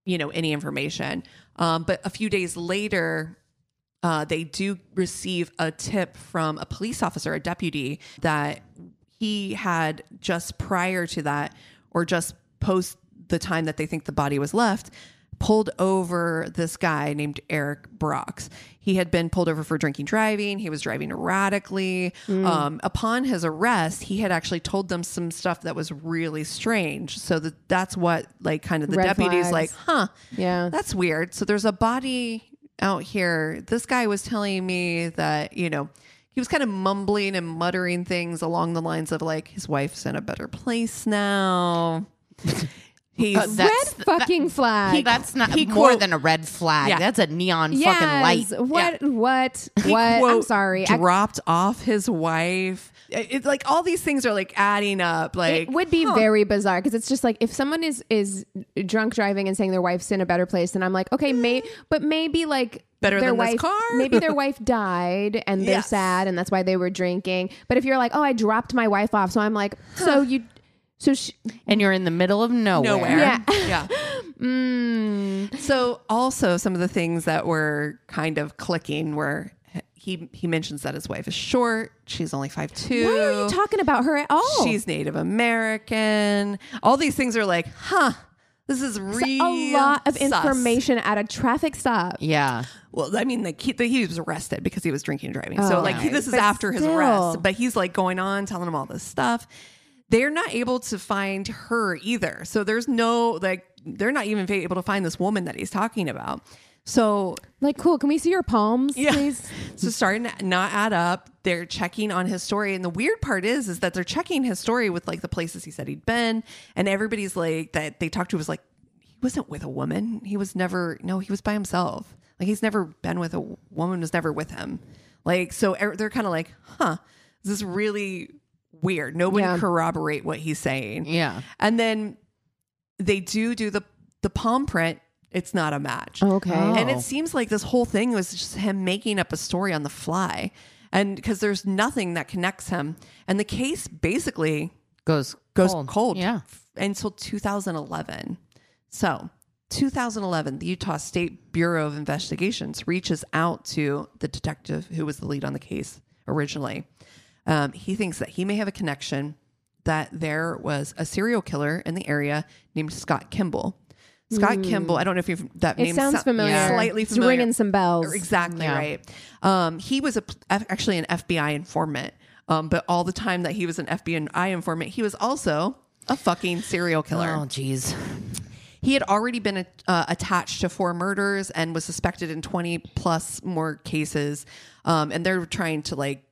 A: you know, any information. Um, but a few days later, uh, they do receive a tip from a police officer, a deputy, that he had just prior to that, or just post the time that they think the body was left, pulled over this guy named Eric Brox. He had been pulled over for drinking driving. He was driving erratically.
B: Hmm.
A: Um, upon his arrest, he had actually told them some stuff that was really strange. So that that's what like kind of the
B: Red
A: deputy's like,
B: flags.
A: huh,
B: Yeah.
A: that's weird. So there's a body out here. This guy was telling me that, you know, he was kind of mumbling and muttering things along the lines of like, his wife's in a better place now. He's
C: Uh, that's
B: Red fucking flag.
C: that's not
A: he
C: more
A: quote-
C: than a red flag.
A: Yeah.
C: That's a neon fucking
B: yes.
C: light.
B: What? What?
A: he,
B: what? I'm
A: quote,
B: sorry. I-
A: dropped off his wife. It- It's like all these things are like adding up. Like
B: it would be very bizarre because it's just like if someone is is drunk driving and saying their wife's in a better place, then I'm like, okay, may but maybe like
A: Mm. Better
B: their
A: than this
B: wife,
A: car?
B: maybe their wife died and they're
A: Yes.
B: sad and that's why they were drinking. But if you're like, oh, I dropped my wife off, so I'm like, so you, so she,
C: And you're in the middle of nowhere.
A: nowhere.
B: Yeah.
A: Yeah. Mm. So also some of the things that were kind of clicking were he he mentions that his wife is short. She's only five two.
B: why are you talking about her at all?
A: She's Native American. All these things are like, huh? This is real.
B: a lot of
A: sus.
B: information at a traffic stop.
C: Yeah.
A: Well, I mean, like he, the, he was arrested because he was drinking and driving.
B: Oh,
A: so, like,
B: right.
A: this is
B: But
A: after his
B: still.
A: arrest, but he's like going on telling him all this stuff. They're not able to find her either. So, there's no, like, they're not even able to find this woman that he's talking about. So,
B: Like, cool. Can we see your palms,
A: yeah.
B: please?
A: So starting to not add up, they're checking on his story. And the weird part is, is that they're checking his story with like the places he said he'd been. And everybody's like that they talked to was like, he wasn't with a woman. He was never, no, he was by himself. Like he's never been with a woman was never with him. Like, so er- they're kind of like, huh, is this really weird. No one
B: Yeah.
A: corroborate what he's saying.
C: Yeah.
A: And then they do do the the palm print. It's not a match.
B: Okay.
A: And
C: Oh.
A: it seems like this whole thing was just him making up a story on the fly. And because there's nothing that connects him. And the case basically
C: Goes
A: goes
C: cold.
A: cold,
C: Yeah.
A: f- until 2011. So, 2011, the Utah State Bureau of Investigations reaches out to the detective who was the lead on the case originally. Um, he thinks that he may have a connection that there was a serial killer in the area named Scott Kimball. Scott Kimball, I don't know if you've that
B: Hmm. It
A: name
B: sounds
A: sou-
B: familiar.
A: slightly
B: It's
A: familiar.
B: ringing some bells.
A: Exactly
C: Yeah.
A: right. Um, he was a, p- f- actually an FBI informant, um, but all the time that he was an FBI informant, he was also a fucking serial killer.
C: Oh, jeez.
A: He had already been uh, attached to four murders and was suspected in 20 plus more cases. Um, and they're trying to like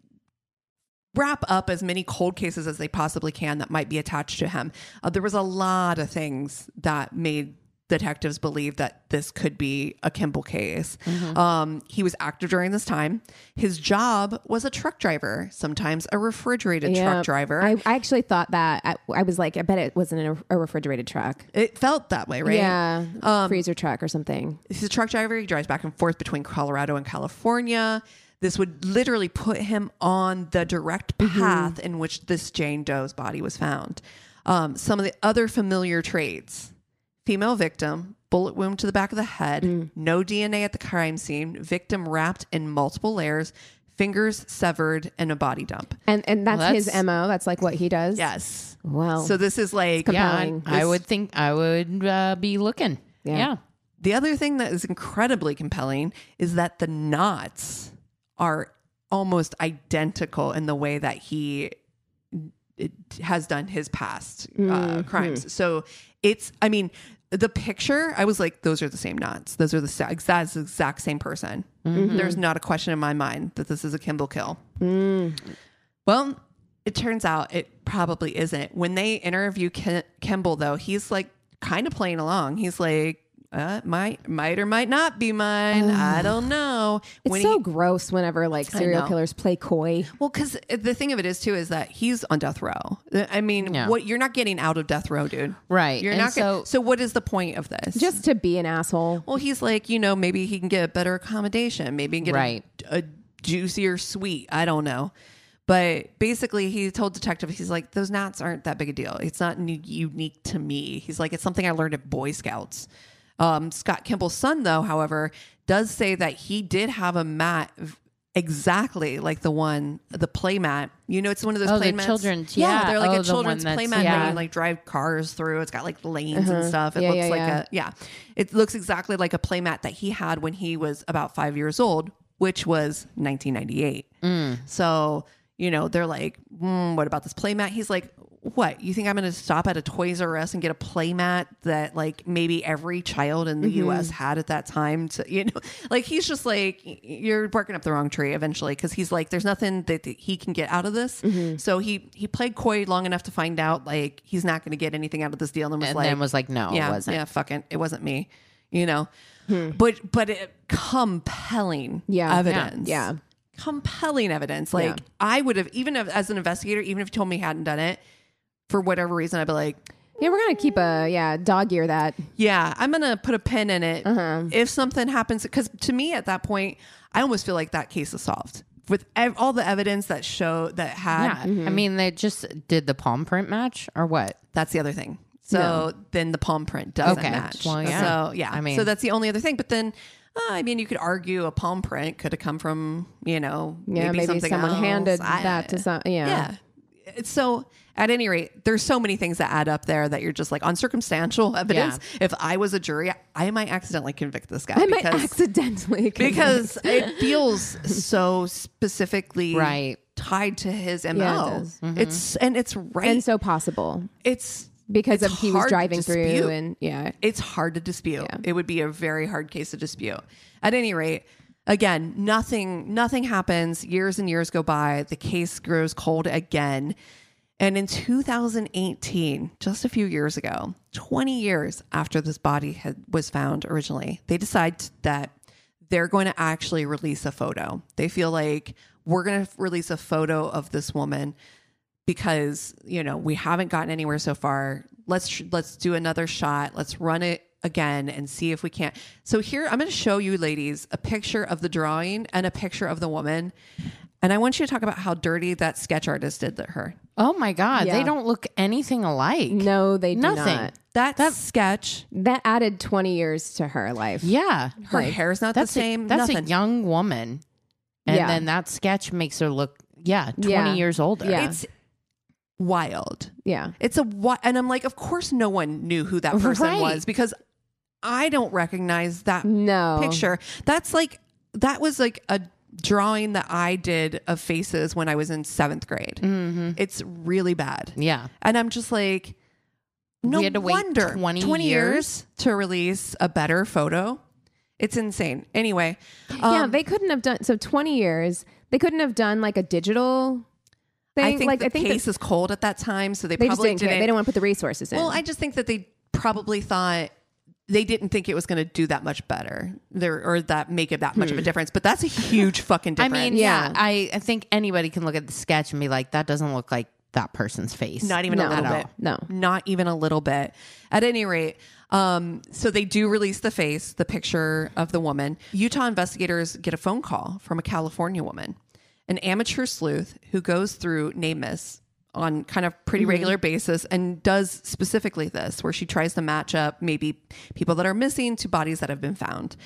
A: wrap up as many cold cases as they possibly can that might be attached to him. Uh, there was a lot of things that made detectives believe that this could be a Kimball case.
B: Mm-hmm.
A: Um, he was active during this time. His job was a truck driver, sometimes a refrigerated
B: Yeah.
A: truck driver.
B: I, I actually thought that. I, I was like, I bet it wasn't a, a refrigerated truck.
A: it felt that way, right?
B: Yeah. freezer truck or something.
A: he's a truck driver. He drives back and forth between Colorado and California. This would literally put him on the direct path in which this Jane Doe's body was found. Um, some of the other familiar traits female victim, bullet wound to the back of the head, no DNA at the crime scene, victim wrapped in multiple layers, fingers severed, and a body dump.
B: And and that's,
C: Well,
B: his
C: that's-
B: MO. That's like what he does.
A: Yes.
B: Wow.
A: So this is like,
C: Yeah. I,
B: Compelling.
C: I would think I would uh, be looking.
B: Yeah.
C: Yeah.
A: The other thing that is incredibly compelling is that the knots are almost identical in the way that he it has done his past
B: Mm-hmm.
A: uh, crimes. So it's, I mean, the picture, I was like, those are the same knots. Those are the sa- that's the exact same person.
B: Mm-hmm.
A: There's not a question in my mind that this is a Kimball kill.
B: Mm.
A: Well, it turns out it probably isn't. When they interview Ken- Kimball, though, he's like kind of playing along. He's like, uh, might, might or might not be mine. I don't know.
B: it's
A: when
B: so
A: he,
B: gross whenever like serial
A: know.
B: killers play coy.
A: well, because the thing of it is too is that he's on death row. I mean,
C: Yeah.
A: what you're not getting out of death row, dude.
C: Right.
A: You're
C: And
A: not. So,
C: so-
A: so what is the point of this?
B: Just to be an asshole.
A: well, he's like, you know, maybe he can get a better accommodation. Maybe he can get a-
C: Right.
A: a, juicier sweet. I don't know. But basically, he told detective, he's like, those knots aren't that big a deal. It's not nu- unique to me. He's like, it's something I learned at Boy Scouts. Um, Scott Kimball's son, though, however, does say that he did have a mat v- exactly like the one, the play mat. You know, it's one of those
C: Oh,
A: play
C: the
A: mats.
C: children's, yeah.
A: they're like
C: Oh,
A: a
C: the one
A: children's
C: that's-
A: play mat
C: yeah.
A: that you like drive cars through. It's got like lanes and stuff. It
B: Uh-huh. Yeah,
A: looks
B: yeah,
A: like
B: yeah.
A: a yeah. It looks exactly like a playmat that he had when he was about five years old, which was 1998.
C: Mm.
A: So, you know, they're like, mm, what about this playmat? He's like, what? You think I'm going to stop at a Toys R Us and get a playmat that, like, maybe every child in the
C: Mm-hmm.
A: US had at that time? To, you know, like, he's just like, y- you're barking up the wrong tree eventually because he's like, there's nothing that that he can get out of this.
C: Mm-hmm.
A: So he he played coy long enough to find out, like, he's not going to get anything out of this deal. And, was
C: And
A: like,
C: then was like, no,
A: yeah,
C: it wasn't.
A: Yeah, fucking, it wasn't me. You know, but but it, compelling
B: Hmm. Yeah, yeah,
A: evidence.
B: yeah.
A: compelling evidence. Like
B: Yeah.
A: I would have, even if, as an investigator, even if you told me you hadn't done it for whatever reason, I'd be like,
B: Yeah, we're gonna keep a yeah dog ear that.
A: yeah, I'm gonna put a pin in it
B: Uh-huh.
A: if something happens. Because to me, at that point, I almost feel like that case is solved with ev- all the evidence that show that had.
C: Yeah.
B: Mm-hmm.
C: I mean, they just did the palm print match or what?
A: That's the other thing. So then the palm print doesn't
C: Okay.
A: match.
C: Well, yeah.
A: So yeah,
C: I
A: I
C: mean-
A: mean, so that's the only other thing. But then, uh, I mean, you could argue a palm print could have come from you know
B: Yeah, maybe,
A: something
B: someone
A: else.
B: handed
A: I-
B: that to some. Yeah.
A: Yeah. It's So at any rate, there's so many things that add up there that you're just like on circumstantial evidence. If I was a jury, I might accidentally convict this guy
B: I might
A: because
B: accidentally
A: because it feels so specifically
C: Right.
A: tied to his mo.
B: does. Mm-hmm.
A: It's and it's right.
B: and so possible
A: it's
B: because
A: it's
B: of he was
A: hard to
B: driving through
A: dispute.
B: and yeah.
A: it's hard to dispute.
B: Yeah.
A: It would be a very hard case to dispute. At any rate, again, nothing nothing happens. Years and years go by. The case grows cold again. And in 2018, just a few years ago, 20 years after this body had, was found originally, they decide that they're going to actually release a photo. They feel like we're going to release a photo of this woman because you know we haven't gotten anywhere so far. Let's let's do another shot. Let's run it again and see if we can't. So here I'm going to show you ladies a picture of the drawing and a picture of the woman. And I want you to talk about how dirty that sketch artist did to her.
C: Oh my God.
B: Yeah.
C: They don't look anything alike.
B: No, they do
C: Nothing.
B: not.
A: That, sketch,
B: That added 20 years to her life.
C: Yeah.
A: her hair's not the
C: That's
A: same.
C: A, that's
A: nothing.
C: a young woman. And
B: Yeah.
C: then that sketch makes her look, yeah, 20
B: Yeah.
C: years older.
B: Yeah.
A: it's wild.
B: Yeah.
A: It's a what? And I'm like, of course, no one knew who that person
C: Right.
A: was because I don't recognize that
B: No.
A: picture. That's like that was like a drawing that I did of faces when I was in seventh grade.
B: Mm-hmm.
A: It's really bad,
C: Yeah.
A: and I'm just like, no
C: had to wait
A: wonder
C: 20
A: years to release a better photo. It's insane. Anyway,
B: yeah, they couldn't have done so 20 years. They couldn't have done like a digital thing.
A: I think
B: like
A: the
B: I think that
A: case is cold at that time, so they,
B: they just
A: probably
B: didn't, care. They don't want to put the resources in.
A: Well, I just think that they probably thought they didn't think it was going to do that much better there or that make it that much of a difference. But that's a huge fucking
C: Hmm. I
A: difference.
C: mean,
B: Yeah.
C: yeah, I, I think anybody can look at the sketch and be like, that doesn't look like that person's face.
A: not even a
B: No.
A: little
B: At
A: bit.
B: all. No.
A: not even a little bit. At any rate, um, so they do release the face, the picture of the woman. Utah investigators get a phone call from a California woman, an amateur sleuth who goes through NamUs on kind of pretty
B: Mm-hmm.
A: regular basis and does specifically this, where she tries to match up maybe people that are missing to bodies that have been found.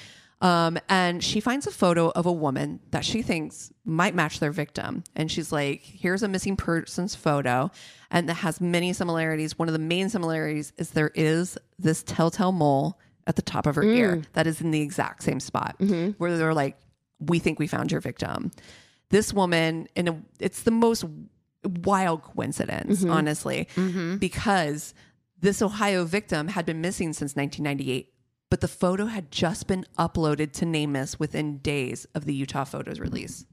A: Um, and she finds a photo of a woman that she thinks might match their victim. And she's like, here's a missing person's photo. And that has many similarities. One of the main similarities is there is this telltale mole at the top of her ear that is in the exact same spot where they're like, we think we found your victim. This woman, and a- it's the most wild coincidence, honestly, because this Ohio victim had been missing since 1998, but the photo had just been uploaded to Namus within days of the Utah photos release.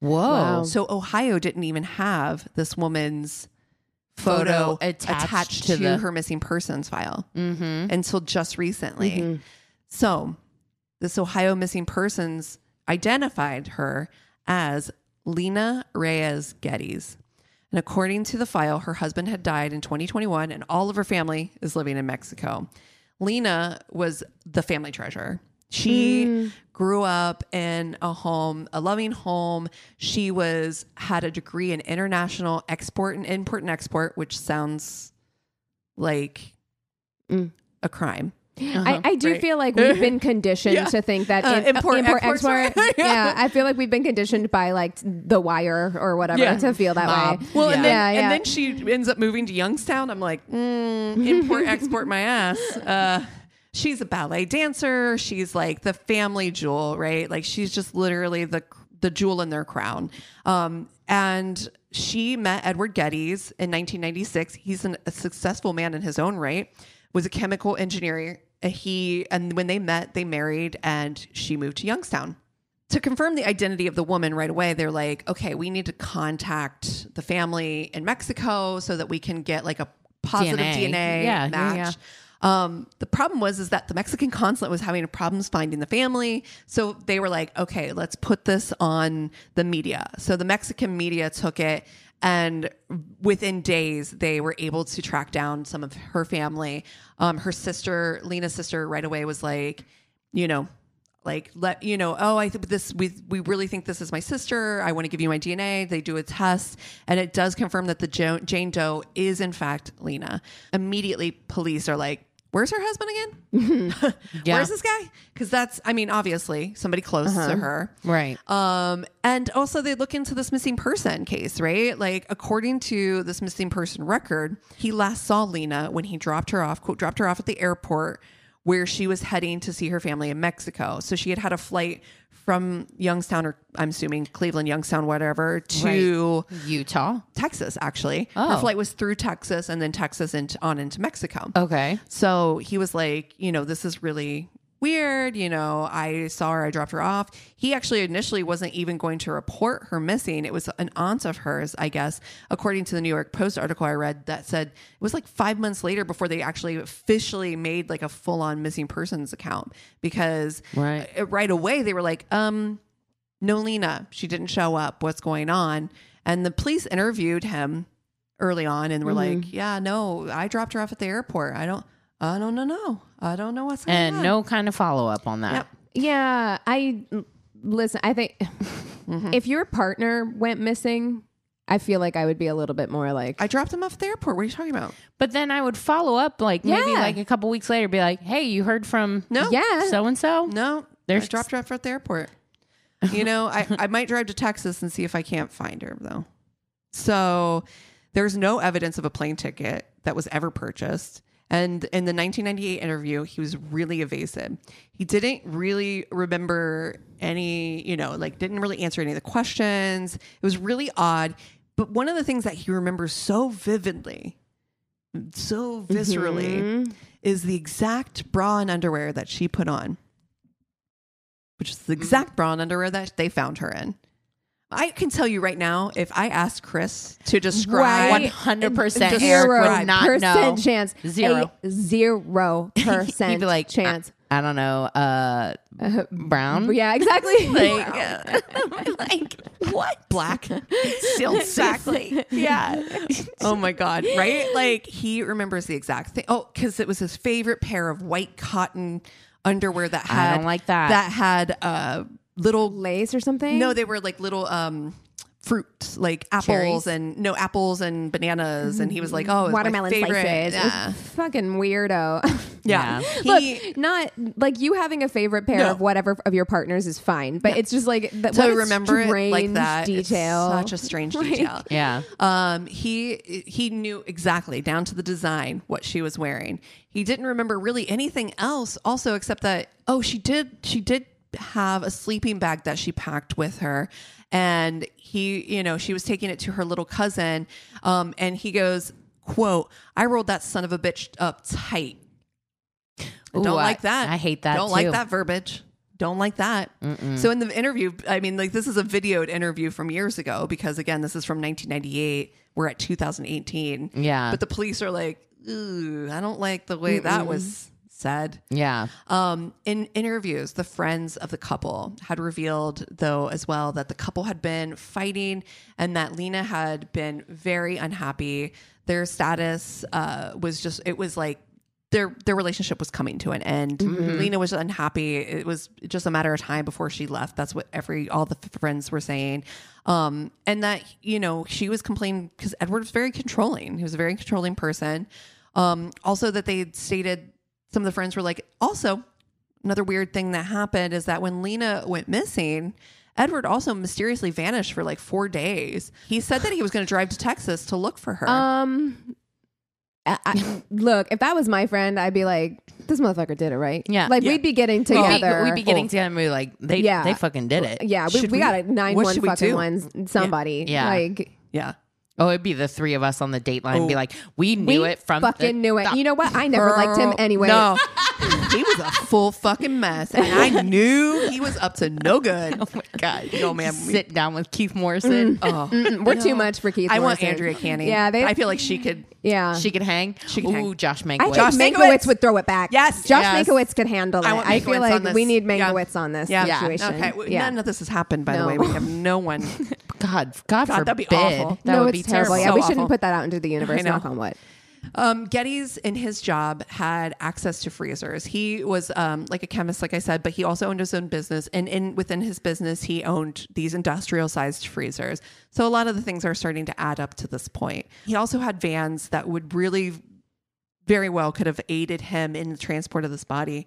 C: Whoa.
B: Wow.
A: So Ohio didn't even have this woman's photo,
C: Photo attached
A: to,
C: to the-
A: her missing persons file
C: mm-hmm.
A: until just recently. So this Ohio missing persons identified her as Lena Reyes Geddes. And according to the file, her husband had died in 2021 and all of her family is living in Mexico. Lena was the family treasure. She grew up in a home, a loving home. She was had a degree in international export and import and export, which sounds like a crime.
B: I, I do feel like we've been conditioned to think that
A: uh-huh, Uh,
B: in-
A: import,
B: import,
A: export, sorry.
B: export. yeah. I feel like we've been conditioned by like the wire or whatever
A: Yeah.
B: to feel that
C: Mob.
B: way.
A: Well, and, then,
B: yeah, yeah.
A: and then she ends up moving to Youngstown. I'm like, mm, import, export my ass. Uh, she's a ballet dancer. She's like the family jewel, right? Like she's just literally the the jewel in their crown. Um, and she met Edward Geddes in 1996. He's an, a successful man in his own right. Was a chemical engineer. Uh, He and when they met, they married, and she moved to Youngstown to confirm the identity of the woman right away, they're like, okay, we need to contact the family in Mexico so that we can get like a positive DNA,
C: DNA. Yeah, yeah,
A: match.
C: yeah.
A: Um, the problem was is that the Mexican consulate was having problems finding the family, so they were like, okay, let's put this on the media. So the Mexican media took it, and within days they were able to track down some of her family. Um, her sister, Lena's sister, right away was like, you know, like let you know oh i think this we we really think this is my sister i want to give you my dna they do a test and it does confirm that the jo- jane doe is in fact lena immediately police are like where's her husband again
C: Yeah.
A: where's this guy because that's i mean obviously somebody close to her
C: Right.
A: um, and also they look into this missing person case, right? Like according to this missing person record, he last saw Lena when he dropped her off, quote, dropped her off at the airport where she was heading to see her family in Mexico. So she had had a flight from Youngstown or I'm assuming Cleveland, Youngstown, whatever, to
C: Utah.
A: Texas actually. Her
C: Oh.
A: flight was through Texas and then Texas into, on into Mexico.
C: Okay.
A: So he was like, you know, this is really weird. You know, I saw her, I dropped her off. He actually initially wasn't even going to report her missing. It was an aunt of hers, I guess, according to the New York Post article I read that said it was like five months later before they actually officially made like a full on missing persons account because
C: Right.
A: uh, right away they were like, um, no, Lena, she didn't show up. What's going on? And the police interviewed him early on and were
C: Mm-hmm.
A: like, yeah, no, I dropped her off at the airport. I don't, I don't know, no, I don't know what's going
C: and
A: on.
C: no kind of follow up on that.
A: Yep.
B: Yeah, I listen. I think
A: Mm-hmm.
B: if your partner went missing, I feel like I would be a little bit more like,
A: I dropped him off at the airport. What are you talking about?
C: But then I would follow up, like maybe
B: Yeah.
C: like a couple weeks later, be like, "Hey, you heard from
A: No,
B: yeah,
C: so and so?"
A: no,
C: There's-
A: I dropped her off at the airport. You know, I, I might drive to Texas and see if I can't find her though. So there's no evidence of a plane ticket that was ever purchased. And in the 1998 interview, he was really evasive. He didn't really remember any, you know, like didn't really answer any of the questions. It was really odd. But one of the things that he remembers so vividly, so viscerally,
C: Mm-hmm.
A: is the exact bra and underwear that she put on, which is the exact bra and underwear that they found her in. I can tell you right now, if I asked Chris to describe
B: Right.
C: One hundred percent.
B: zero
C: Eric would not
B: percent
C: know.
B: chance,
C: Zero.
B: A zero percent
C: He'd be like, "Ah."
B: chance.
C: I don't know, uh, brown.
B: yeah, exactly.
C: Like, uh, like, what?
A: black silk exactly
C: Yeah.
A: oh my god right like he remembers the exact thing oh because it was his favorite pair of white cotton underwear that
C: I
A: had
C: don't like that.
A: that had uh little
B: Lace or something?
A: no they were like little um fruits like apples
C: Cherries?
A: and no apples and bananas and he was like oh it's my
B: Mm, watermelon
A: favorite.
B: slices.
A: yeah
B: It's fucking weirdo.
A: yeah,
B: Look,
A: He-
B: not like you having a favorite pair
A: No.
B: of whatever of your partners is fine, but it's just like the,
A: to
B: what a
A: remember it like
B: strange
A: that it's
B: detail.
A: such a strange detail
C: Yeah.
A: um he he knew exactly down to the design what she was wearing he didn't remember really anything else also except that oh she did she did have a sleeping bag that she packed with her and he you know she was taking it to her little cousin um and he goes quote i rolled that son of a bitch up tight I don't
C: Ooh, I-
A: like that.
C: I hate that
A: Don't like
C: too.
A: that verbiage. Don't like that. So in the interview, I mean, like this is a videoed interview from years ago because again, this is from 1998. We're at 2018.
C: Yeah.
A: But the police are like, ooh, I don't like the way that was said.
C: yeah.
A: Um, in interviews, the friends of the couple had revealed, though, as well, that the couple had been fighting and that Lena had been very unhappy. Their status uh, was just, it was like, their, their relationship was coming to an end. Lena was unhappy. It was just a matter of time before she left. That's what every all the f- friends were saying, um, and that you know she was complaining because Edward was very controlling. He was a very controlling person. Um, also, that they had stated some of the friends were like, also, another weird thing that happened is that when Lena went missing, Edward also mysteriously vanished for like four days. He said that he was going to drive to Texas to look for her.
B: Um, I, I- look, if that was my friend, I'd be like, this motherfucker did it right.
C: Yeah.
B: like
C: Yeah.
B: we'd be getting
C: We'd be-
B: together.
C: We'd be getting together and be like, they,
B: Yeah.
C: they fucking did it.
B: yeah, we,
A: Should
B: we
A: we-
B: got a nine
A: what
B: one
A: should we
B: fucking
A: do?
B: one somebody.
C: Yeah.
B: like
A: yeah.
C: Oh, it'd be the three of us on the dateline and be like, we knew
B: we
C: it from
B: fucking
C: the,
B: knew it. You know what? I never liked him
A: Girl,
B: anyway.
A: No. he was a full fucking mess. And I knew he was up to no good.
C: Oh my God.
A: No, ma'am.
C: Sit down with Keith Morrison.
A: Oh.
B: Mm, we're too much for Keith.
A: I want
B: Morrison.
A: Andrea Canning.
B: Yeah, they.
A: I feel like she could.
B: yeah.
C: She could hang. She
A: could hang.
C: Ooh, Josh
B: I
C: Mankiewicz.
B: think
A: Josh
B: Mankiewicz,
A: Mankiewicz?
B: would throw it back.
A: Yes.
B: Josh
C: Yes.
B: Mankiewicz could handle it. I,
A: want Mankiewicz
B: feel
A: on
B: like
A: this.
B: we need
A: Yeah.
B: Mankiewicz on this
A: Yeah.
B: situation.
A: Okay. Well,
B: Yeah.
A: None of this has happened, by
B: No.
A: the way. We have no one.
C: God,
A: God,
C: God, forbid.
A: that'd be awful.
C: That
B: no,
C: would
B: it's
C: be
B: terrible.
C: terrible.
B: Yeah,
A: So
B: we shouldn't
A: awful.
B: put that out into the universe.
A: I know.
B: Knock on wood.
A: Um, Gettys in his job had access to freezers. He was um, like a chemist, like I said, but he also owned his own business. And in within his business, he owned these industrial sized freezers. So a lot of the things are starting to add up to this point. He also had vans that would really very well could have aided him in the transport of this body.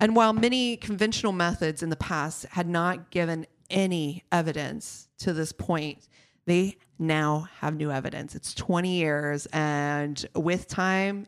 A: And while many conventional methods in the past had not given any evidence to this point, they now have new evidence. It's 20 years, and with time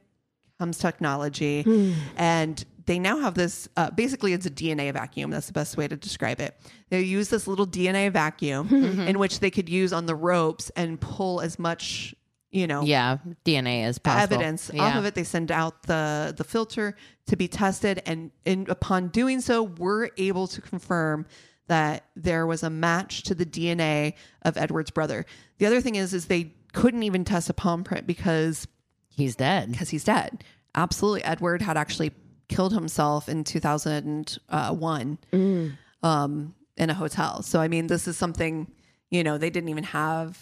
A: comes technology. And they now have this uh, basically, it's a DNA vacuum. That's the best way to describe it. They use this little DNA vacuum in which they could use on the ropes and pull as much, you know,
C: Yeah, DNA is possible.
A: evidence
C: yeah.
A: off of it. They send out the the filter to be tested, and in, upon doing so, we're able to confirm that there was a match to the DNA of Edward's brother. The other thing is, is they couldn't even test a palm print because
C: He's dead.
A: because he's dead. Absolutely, Edward had actually killed himself in two thousand one
C: Mm.
A: um, in a hotel. So I mean, this is something you know they didn't even have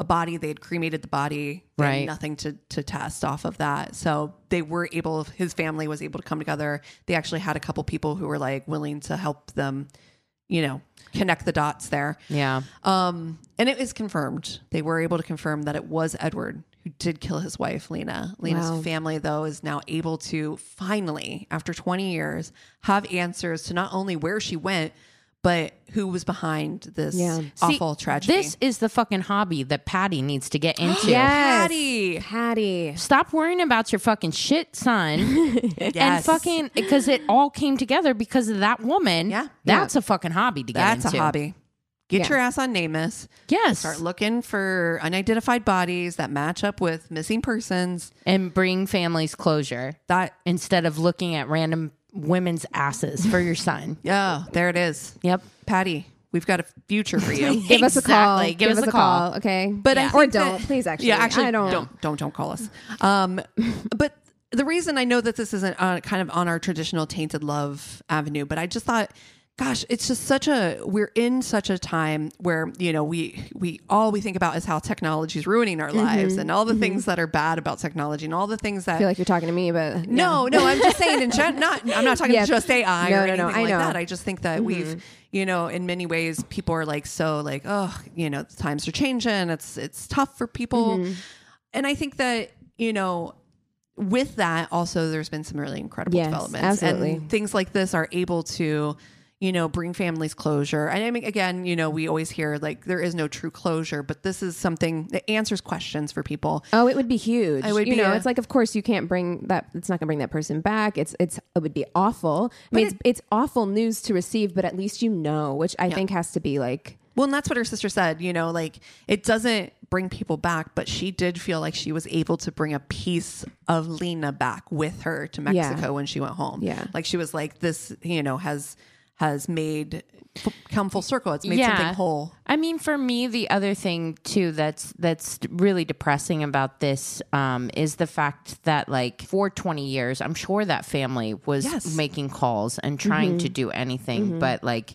A: a body. They had cremated the body. They had
C: Right.
A: nothing to to test off of that. So they were able. His family was able to come together. They actually had a couple people who were like willing to help them. You know, connect the dots there.
C: Yeah.
A: Um, and it is confirmed. They were able to confirm that it was Edward who did kill his wife, Lena. Lena's
B: Wow.
A: family, though, is now able to finally, after 20 years, have answers to not only where she went, but who was behind this
B: Yeah.
A: awful
C: See,
A: tragedy.
C: This is the fucking hobby that Patty needs to get into.
B: Yes.
A: Patty.
B: Patty.
C: Stop worrying about your fucking shit, son. And
A: Yes.
C: fucking, because it all came together because of that woman.
A: Yeah.
C: That's a fucking hobby to get
A: That's
C: into.
A: a hobby. Get
B: Yeah.
A: your ass on Namus.
C: Yes.
A: Start looking for unidentified bodies that match up with missing persons.
C: and bring families closure
A: That,
C: instead of looking at random women's asses for your son.
A: yeah, there it is.
C: Yep.
A: Patty, we've got a future for you.
B: Give us a call.
C: Exactly. Give us a call.
B: Okay.
A: But I
B: or
A: think that-
B: don't, please. Actually,
A: yeah, actually,
B: I don't.
A: don't don't don't call us. Um, but the reason I know that this isn't uh, kind of on our traditional tainted love avenue, but I just thought, gosh, it's just such a we're in such a time where you know we we all we think about is how technology is ruining
B: Mm-hmm.
A: our lives and all the things that are bad about technology and all the things that
B: I feel like you're talking to me, but
A: no, no, I'm just saying in gen- not I'm not talking
B: Yeah.
A: just AI
B: No,
A: or
B: no, no,
A: anything
B: I
A: like
B: know. Mm-hmm.
A: that. I just think that we've, you know, in many ways people are like so like, oh, you know, times are changing. It's it's tough for people.
B: Mm-hmm.
A: And I think that, you know, with that also there's been some really incredible
B: Yes,
A: developments.
B: absolutely.
A: And things like this are able to you know, bring families closure. And I mean, again, you know, we always hear like there is no true closure, but this is something that answers questions for people.
B: Oh, it would be huge.
A: It would
B: you
A: be
B: know,
A: a-
B: it's like, of course, you can't bring that. It's not going to bring that person back. It's it's it would be awful. I mean, it's, it's awful news to receive, but at least you know, which I think has to be like,
A: Well, and that's what her sister said. You know, like it doesn't bring people back, but she did feel like she was able to bring a piece of Lena back with her to
B: Yeah.
A: Mexico when she went home.
B: Yeah.
A: like she was like this. You know, has has made f- come full circle. It's made something whole.
C: I mean, for me, the other thing too that's that's really depressing about this um, is the fact that like for 20 years, I'm sure that family was
A: Yes.
C: making calls and trying to do anything, but like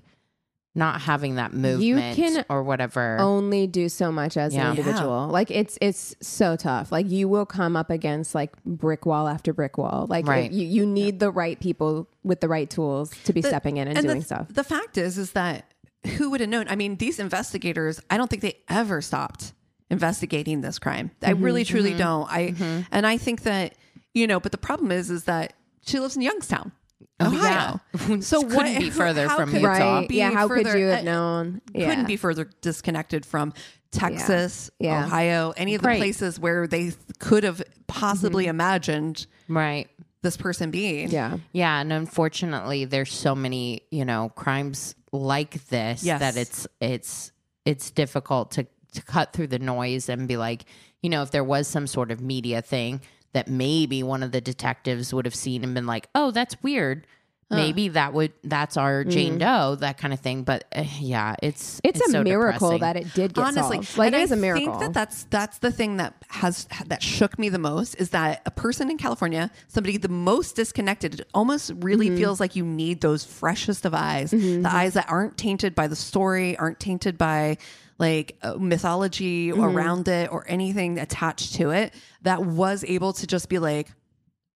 C: not having that movement
B: can
C: or whatever.
B: only do so much as
C: Yeah.
B: an individual. Like it's it's so tough. Like you will come up against like brick wall after brick wall. Like
C: Right.
B: you, you need the right people with the right tools to be stepping in and,
A: the,
B: doing stuff.
A: The fact is, is that who would have known? I mean, these investigators, I don't think they ever stopped investigating this crime. I
B: Mm-hmm,
A: really, truly don't. I and I think that you know, but the problem is, is that she lives in Youngstown,
B: Oh,
A: Ohio.
C: yeah.
A: So
C: Couldn't
A: what
C: be further
A: how
C: from
A: could
C: Utah.
A: that
B: Right.
A: be
B: Yeah. How could
A: further-
B: you have
A: uh,
B: known? Yeah.
A: Couldn't be further disconnected from Texas,
B: Yeah.
A: Ohio, any of the
C: Right.
A: places where they could have possibly imagined
C: right.
A: this person being.
B: Mm-hmm. Yeah.
C: Yeah, and unfortunately, there's so many you know crimes like this
A: Yes.
C: that it's it's it's difficult to to cut through the noise and be like, you know, if there was some sort of media thing that maybe one of the detectives would have seen and been like, oh, that's weird. Maybe that would that's our Jane Doe, that kind of thing. But uh, yeah, it's
B: It's, a
C: so
B: miracle
C: depressing.
B: that it did get
A: honestly
B: solved. Like
A: and
B: it is
A: I
B: a miracle.
A: think that that's that's the thing that has that shook me the most is that a person in california somebody the most disconnected it almost really
B: Mm-hmm.
A: feels like you need those freshest of eyes the eyes that aren't tainted by the story aren't tainted by like uh, mythology
B: Mm-hmm.
A: around it or anything attached to it that was able to just be like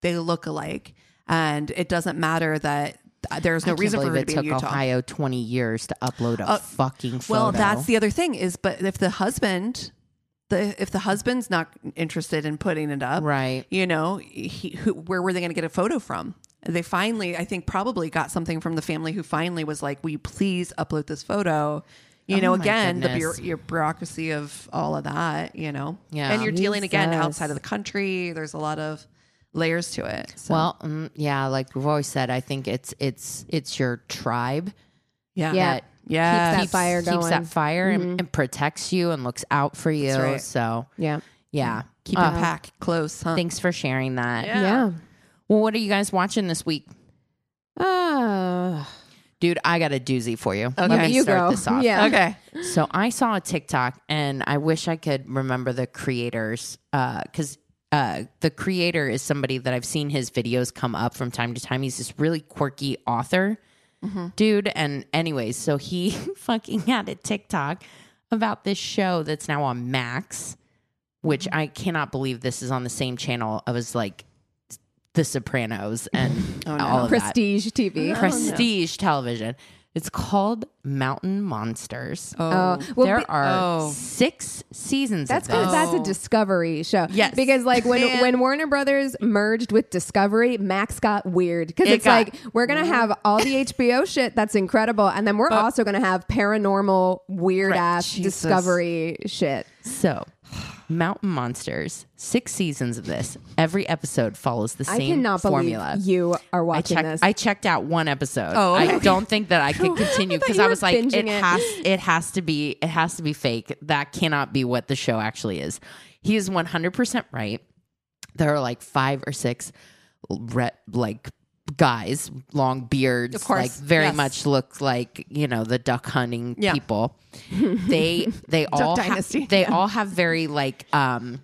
A: they look alike and it doesn't matter that uh, there's no
C: I can't
A: reason for her
C: believe
A: to
C: it
A: be
C: took
A: in Utah.
C: Ohio 20 years to upload a fucking photo.
A: Well, that's the other thing is, but if the husband, the if the husband's not interested in putting it up,
C: Right.
A: You know, he, who, where were they going to get a photo from? They finally, I think, probably got something from the family who finally was like, "Will you please upload this photo?" You know,
C: Oh my
A: again, the
C: goodness.
A: bureau- your bureaucracy of all of that. You know,
C: Yeah.
A: and you're dealing again
B: Jesus.
A: outside of the country. There's a lot of layers to it. So,
C: Well, mm, yeah, like we've always said, I think it's it's it's your tribe
A: yeah,
B: yeah.
A: yeah,
B: Keeps that fire
C: keeps
B: going. Mm-hmm.
C: that fire and, and protects you and looks out for you.
A: right.
C: So
B: yeah.
C: yeah,
A: keep
C: Uh,
A: your pack close, huh?
C: Thanks for sharing that.
A: Yeah.
B: Yeah.
C: Well, what are you guys watching this week,
B: Uh,
C: dude? I got a doozy for you. Let
A: Okay.
C: me
B: you
C: start
B: go.
C: this off.
B: Yeah.
A: okay,
C: So I saw a TikTok, and I wish I could remember the creators because. Uh, the creator is somebody that I've seen his videos come up from time to time. He's this really quirky
A: Mm-hmm.
C: author dude. And anyways, so he fucking had a TikTok about this show that's now on Max, which
A: Mm-hmm.
C: I cannot believe this is on the same channel. I was like The Sopranos and
A: Oh, no. Oh,
C: all of that.
B: Prestige TV.
C: Prestige television. It's called Mountain Monsters.
B: Oh, well,
C: there
B: be-
C: are
A: Oh.
C: six seasons.
B: That's
C: of this.
B: because that's a Discovery show.
A: Yes.
B: because like when
A: Man.
B: when Warner Brothers merged with Discovery, Max got weird because
A: It
B: it's
A: got-
B: like we're gonna have all the HBO shit that's incredible, and then we're also gonna have paranormal weird ass
A: Jesus.
B: Discovery shit.
C: So, Mountain Monsters, six seasons of this. Every episode follows the
B: I
C: same
B: cannot
C: formula.
B: believe you are
C: I
B: watching
C: checked.
B: this.
C: I checked out one episode.
A: Oh, okay.
C: I don't think that I could continue because
B: you
C: I,
B: were
C: was like, it,
B: binging it.
C: has. It has to be. It has to be fake. That cannot be what the show actually is. He is one hundred percent right. There are like five or six, re- like guys, long beards,
A: Of course.
C: like very
A: Yes.
C: much look like you know the duck hunting
A: Yeah.
C: people. They they all ha-
A: Dynasty.
C: they all have very like um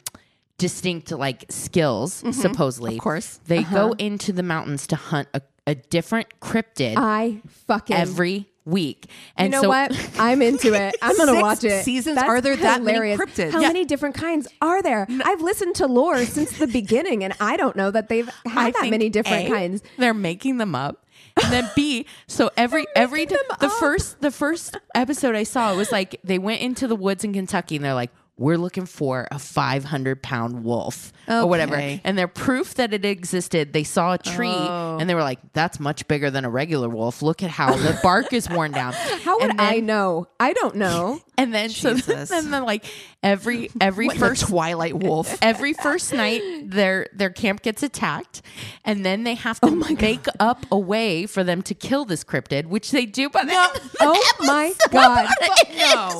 C: distinct like skills
B: Mm-hmm.
C: supposedly.
A: Of course.
C: They go
B: Uh-huh.
C: into the mountains to hunt a, a different cryptid
B: I fucking
C: every week. And
B: Um, You know
C: so
B: what? I'm into it. I'm gonna
A: Six
B: watch it.
A: seasons? Are there that many cryptids?
B: How
A: Yeah.
B: many different kinds are there? I've listened to lore since the beginning, and I don't know that they've had
C: I
B: that
C: think,
B: many different
C: A,
B: kinds.
C: They're making them up. And then B, so every every t- the first the first episode I saw it was like they went into the woods in Kentucky and they're like we're looking for a 500 pound wolf or whatever.
A: Okay.
C: And their proof that it existed, they saw a tree
B: Oh.
C: and they were like, that's much bigger than a regular wolf. Look at how the bark is worn down.
B: How would
C: And then-
B: I know? I don't know.
C: And then
A: Jesus.
C: so then, then like every every first
A: Twilight Wolf.
C: every first night their their camp gets attacked and then they
A: Oh
C: have to make up a way for them to kill this cryptid, which they do by the end of the
B: Oh my god!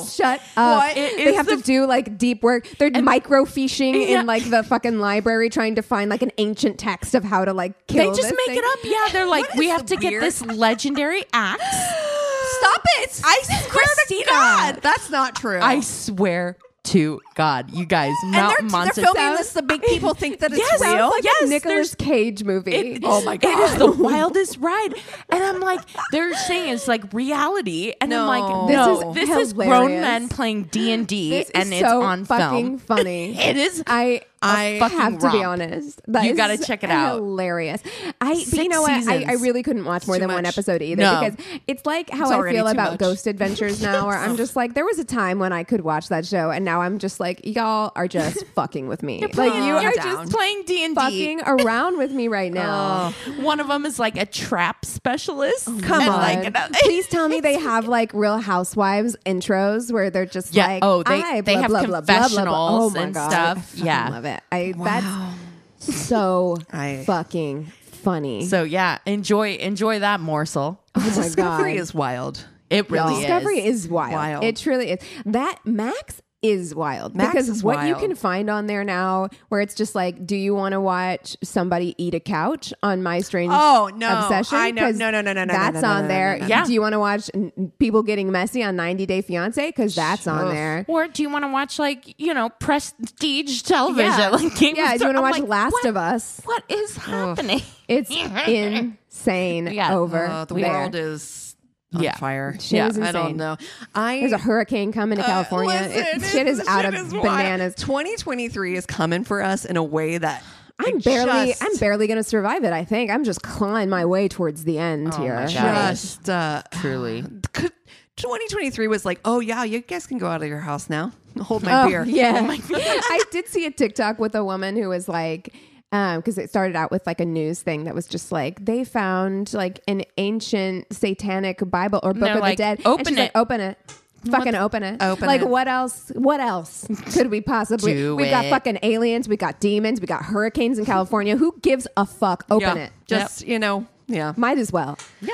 B: Shut up!
C: What? It
B: they
C: is
B: have to
C: the-
B: do like deep work. They're microfishing
C: Yeah.
B: in like the fucking library, trying to find like an ancient text of how to like
C: They
B: kill.
C: just
B: this
C: make
B: thing.
C: it up. Yeah, they're like,
A: What
C: we
A: is
C: have to get
A: weird?"
C: this legendary axe.
A: Stop it! I swear
C: Christina.
A: to God, that's not true.
C: I swear to God, you guys,
A: and they're,
C: Mountain
A: they're
C: Monsters.
A: filming this. The big people think that it's
C: Yes,
A: real.
B: Sounds like a
C: Yes,
B: Nicolas
C: there's-
B: Cage movie.
A: Oh my
C: It is
A: God.
C: the wildest ride. And I'm like, they're saying it's like reality. And I'm
A: No.
C: like,
B: This
C: no,
B: is
C: this is grown
B: hilarious.
C: men playing D&D
B: This
C: and
B: is
C: it's
B: so
C: on
B: fucking
C: film.
B: funny.
C: It is
B: I
A: I
B: I
C: fucking
B: have to be
C: romp.
B: honest. That
C: You
B: is
C: gotta check it out.
B: Hilarious. I but you
C: Six
B: know what? I, I
C: seasons.
B: really couldn't watch more
A: Too
B: than one
A: much.
B: episode either
C: No.
B: because it's like how
A: It's
B: I
A: already
B: feel
A: too
B: about
A: much.
B: Ghost Adventures now, where I'm just like, there was a time when I could watch that show, and now I'm just like, y'all are just fucking with me. Like you
A: playing
B: are
A: it
B: just
A: down.
C: just playing D&D.
B: fucking around with me right
C: Oh.
B: now.
C: One of them is like a trap specialist.
A: Come
C: and
A: on.
C: Like,
B: Oh God.
C: another-
B: Please tell me they have like Real Housewives intros where they're just
C: Yeah.
B: like,
C: Oh, they-
B: I,
C: they
B: blah,
C: have
B: blah, blah, blah, blah, blah. Oh
C: confessionals
B: my
C: and
B: God.
C: stuff.
B: I fucking
C: Yeah.
B: love it. I that's so
A: I-
B: fucking funny.
C: So yeah, enjoy enjoy that morsel.
B: oh my
A: Discovery
B: God.
A: is wild.
C: It really
B: Y'all.
C: is.
B: Discovery is wild.
A: Wild.
B: It truly is. That Max is wild
A: Max
B: because
A: is
B: what you
A: wild.
B: can find on there now, where it's just like, do you want to watch somebody eat a couch on My Strange?
A: Oh, no.
B: obsession.
A: I know.
B: 'Cause
A: No, no, no, no, no, no,
B: That's
A: no, no,
B: on
A: no,
B: there.
A: no, no,
C: no. Yeah.
B: Do you want to watch n- people getting messy on 90 Day Fiance? Because that's on there.
C: Or do you want to watch like you know prestige television?
B: Yeah.
C: Like Game
B: Yeah,
C: of
B: do you want to
C: Thrones?
B: watch
C: I'm like,
B: Last
C: what-
B: of Us?
C: What is happening?
B: It's insane
C: Yeah.
B: over
A: Uh, the
B: there.
A: world is on
C: Yeah.
A: fire.
B: Shit
A: yeah,
B: is
A: I don't
B: insane.
A: know. I
B: There's a hurricane coming to California.
A: Uh, Listen,
B: It- shit is
A: it's-
B: out
A: shit
B: of
A: is wild.
B: bananas.
A: 2023 is coming for us in a way that
B: I'm
A: I
B: barely,
A: just-
B: I'm barely going to survive it. I think I'm just clawing my way towards the end here.
C: my God. Yeah.
A: just uh,
C: Truly.
A: could- 2023 was like, oh yeah, you guys can go out of your house now. Hold my
B: Oh,
A: beer.
B: Yeah. I did see a TikTok with a woman who was like, because it started out with like a news thing that was just like they found like an ancient satanic Bible or Book
C: they're
B: of
C: like,
B: the Dead. And
C: "Open
B: she's like,
C: it."
B: open it. Fucking open it.
A: Open
B: like
A: it.
B: what else? What else could we possibly?
C: Do
B: we got
C: it.
B: fucking aliens. We got demons. We got hurricanes in California. Who gives a fuck? Open
A: Yeah.
B: it.
A: Just you know, yeah.
B: Might as well.
C: Yeah.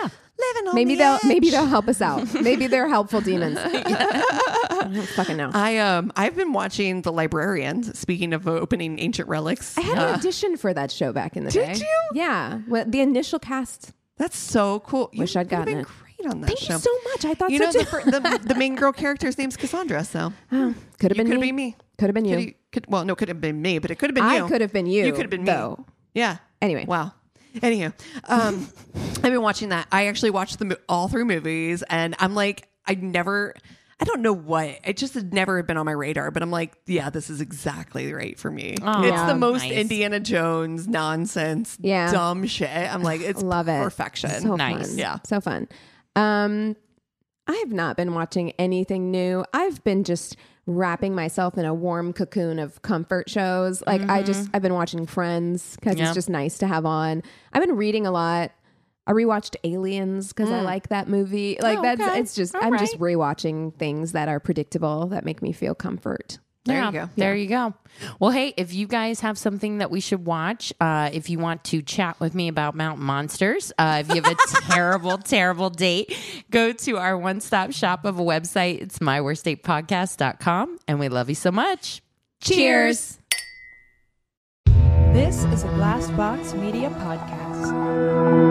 A: Living on
B: Maybe
A: the
B: they'll maybe
A: edge.
B: they'll help us out. maybe they're helpful demons. I don't fucking know.
A: I um I've been watching The Librarian. Speaking of opening ancient relics,
B: I had an audition for that show back in the
A: Did
B: day.
A: you?
B: Yeah. Well, the initial cast.
A: that's so cool. You
B: Wish I'd
A: would've
B: gotten
A: been
B: it.
A: Great on that
B: Thank
A: show.
B: you so much. I thought
A: You
B: so
A: know
B: too.
A: the, fir- the the main girl character's name's Cassandra, so
B: could have
A: you
B: been,
A: could have
B: me.
A: been me.
B: Could have been you.
A: Could, could, well, no, could have been me, but it could have been
B: I
A: you.
B: could have been you,
A: You could have been
B: though.
A: me. Yeah.
B: Anyway.
A: Wow. Anywho, um, I've been watching that. I actually watched the mo- all three movies, and I'm like, I never. I don't know what. It just had never been on my radar, but I'm like, yeah, this is exactly right for me.
C: Oh,
A: it's the most
C: nice.
A: Indiana Jones nonsense,
B: Yeah.
A: dumb shit. I'm like, it's
B: Love it.
A: perfection.
B: So
C: Nice.
B: fun.
A: Yeah.
B: So fun. Um, I have not been watching anything new. I've been just wrapping myself in a warm cocoon of comfort shows. Like I just I've been watching Friends because
C: Yeah.
B: it's just nice to have on. I've been reading a lot. I rewatched Aliens because I like that movie. Like
C: Oh,
B: that's
C: okay.
B: it's just
C: All
B: I'm just rewatching things that are predictable that make me feel comfort.
A: There you go.
C: There you go. Well, hey, if you guys have something that we should watch, uh, if you want to chat with me about Mountain Monsters, uh, if you have a terrible, terrible date, go to our one stop shop of a website. It's myworstdatepodcast.com. And we love you so much.
B: Cheers.
E: This is a Glass Box Media Podcast.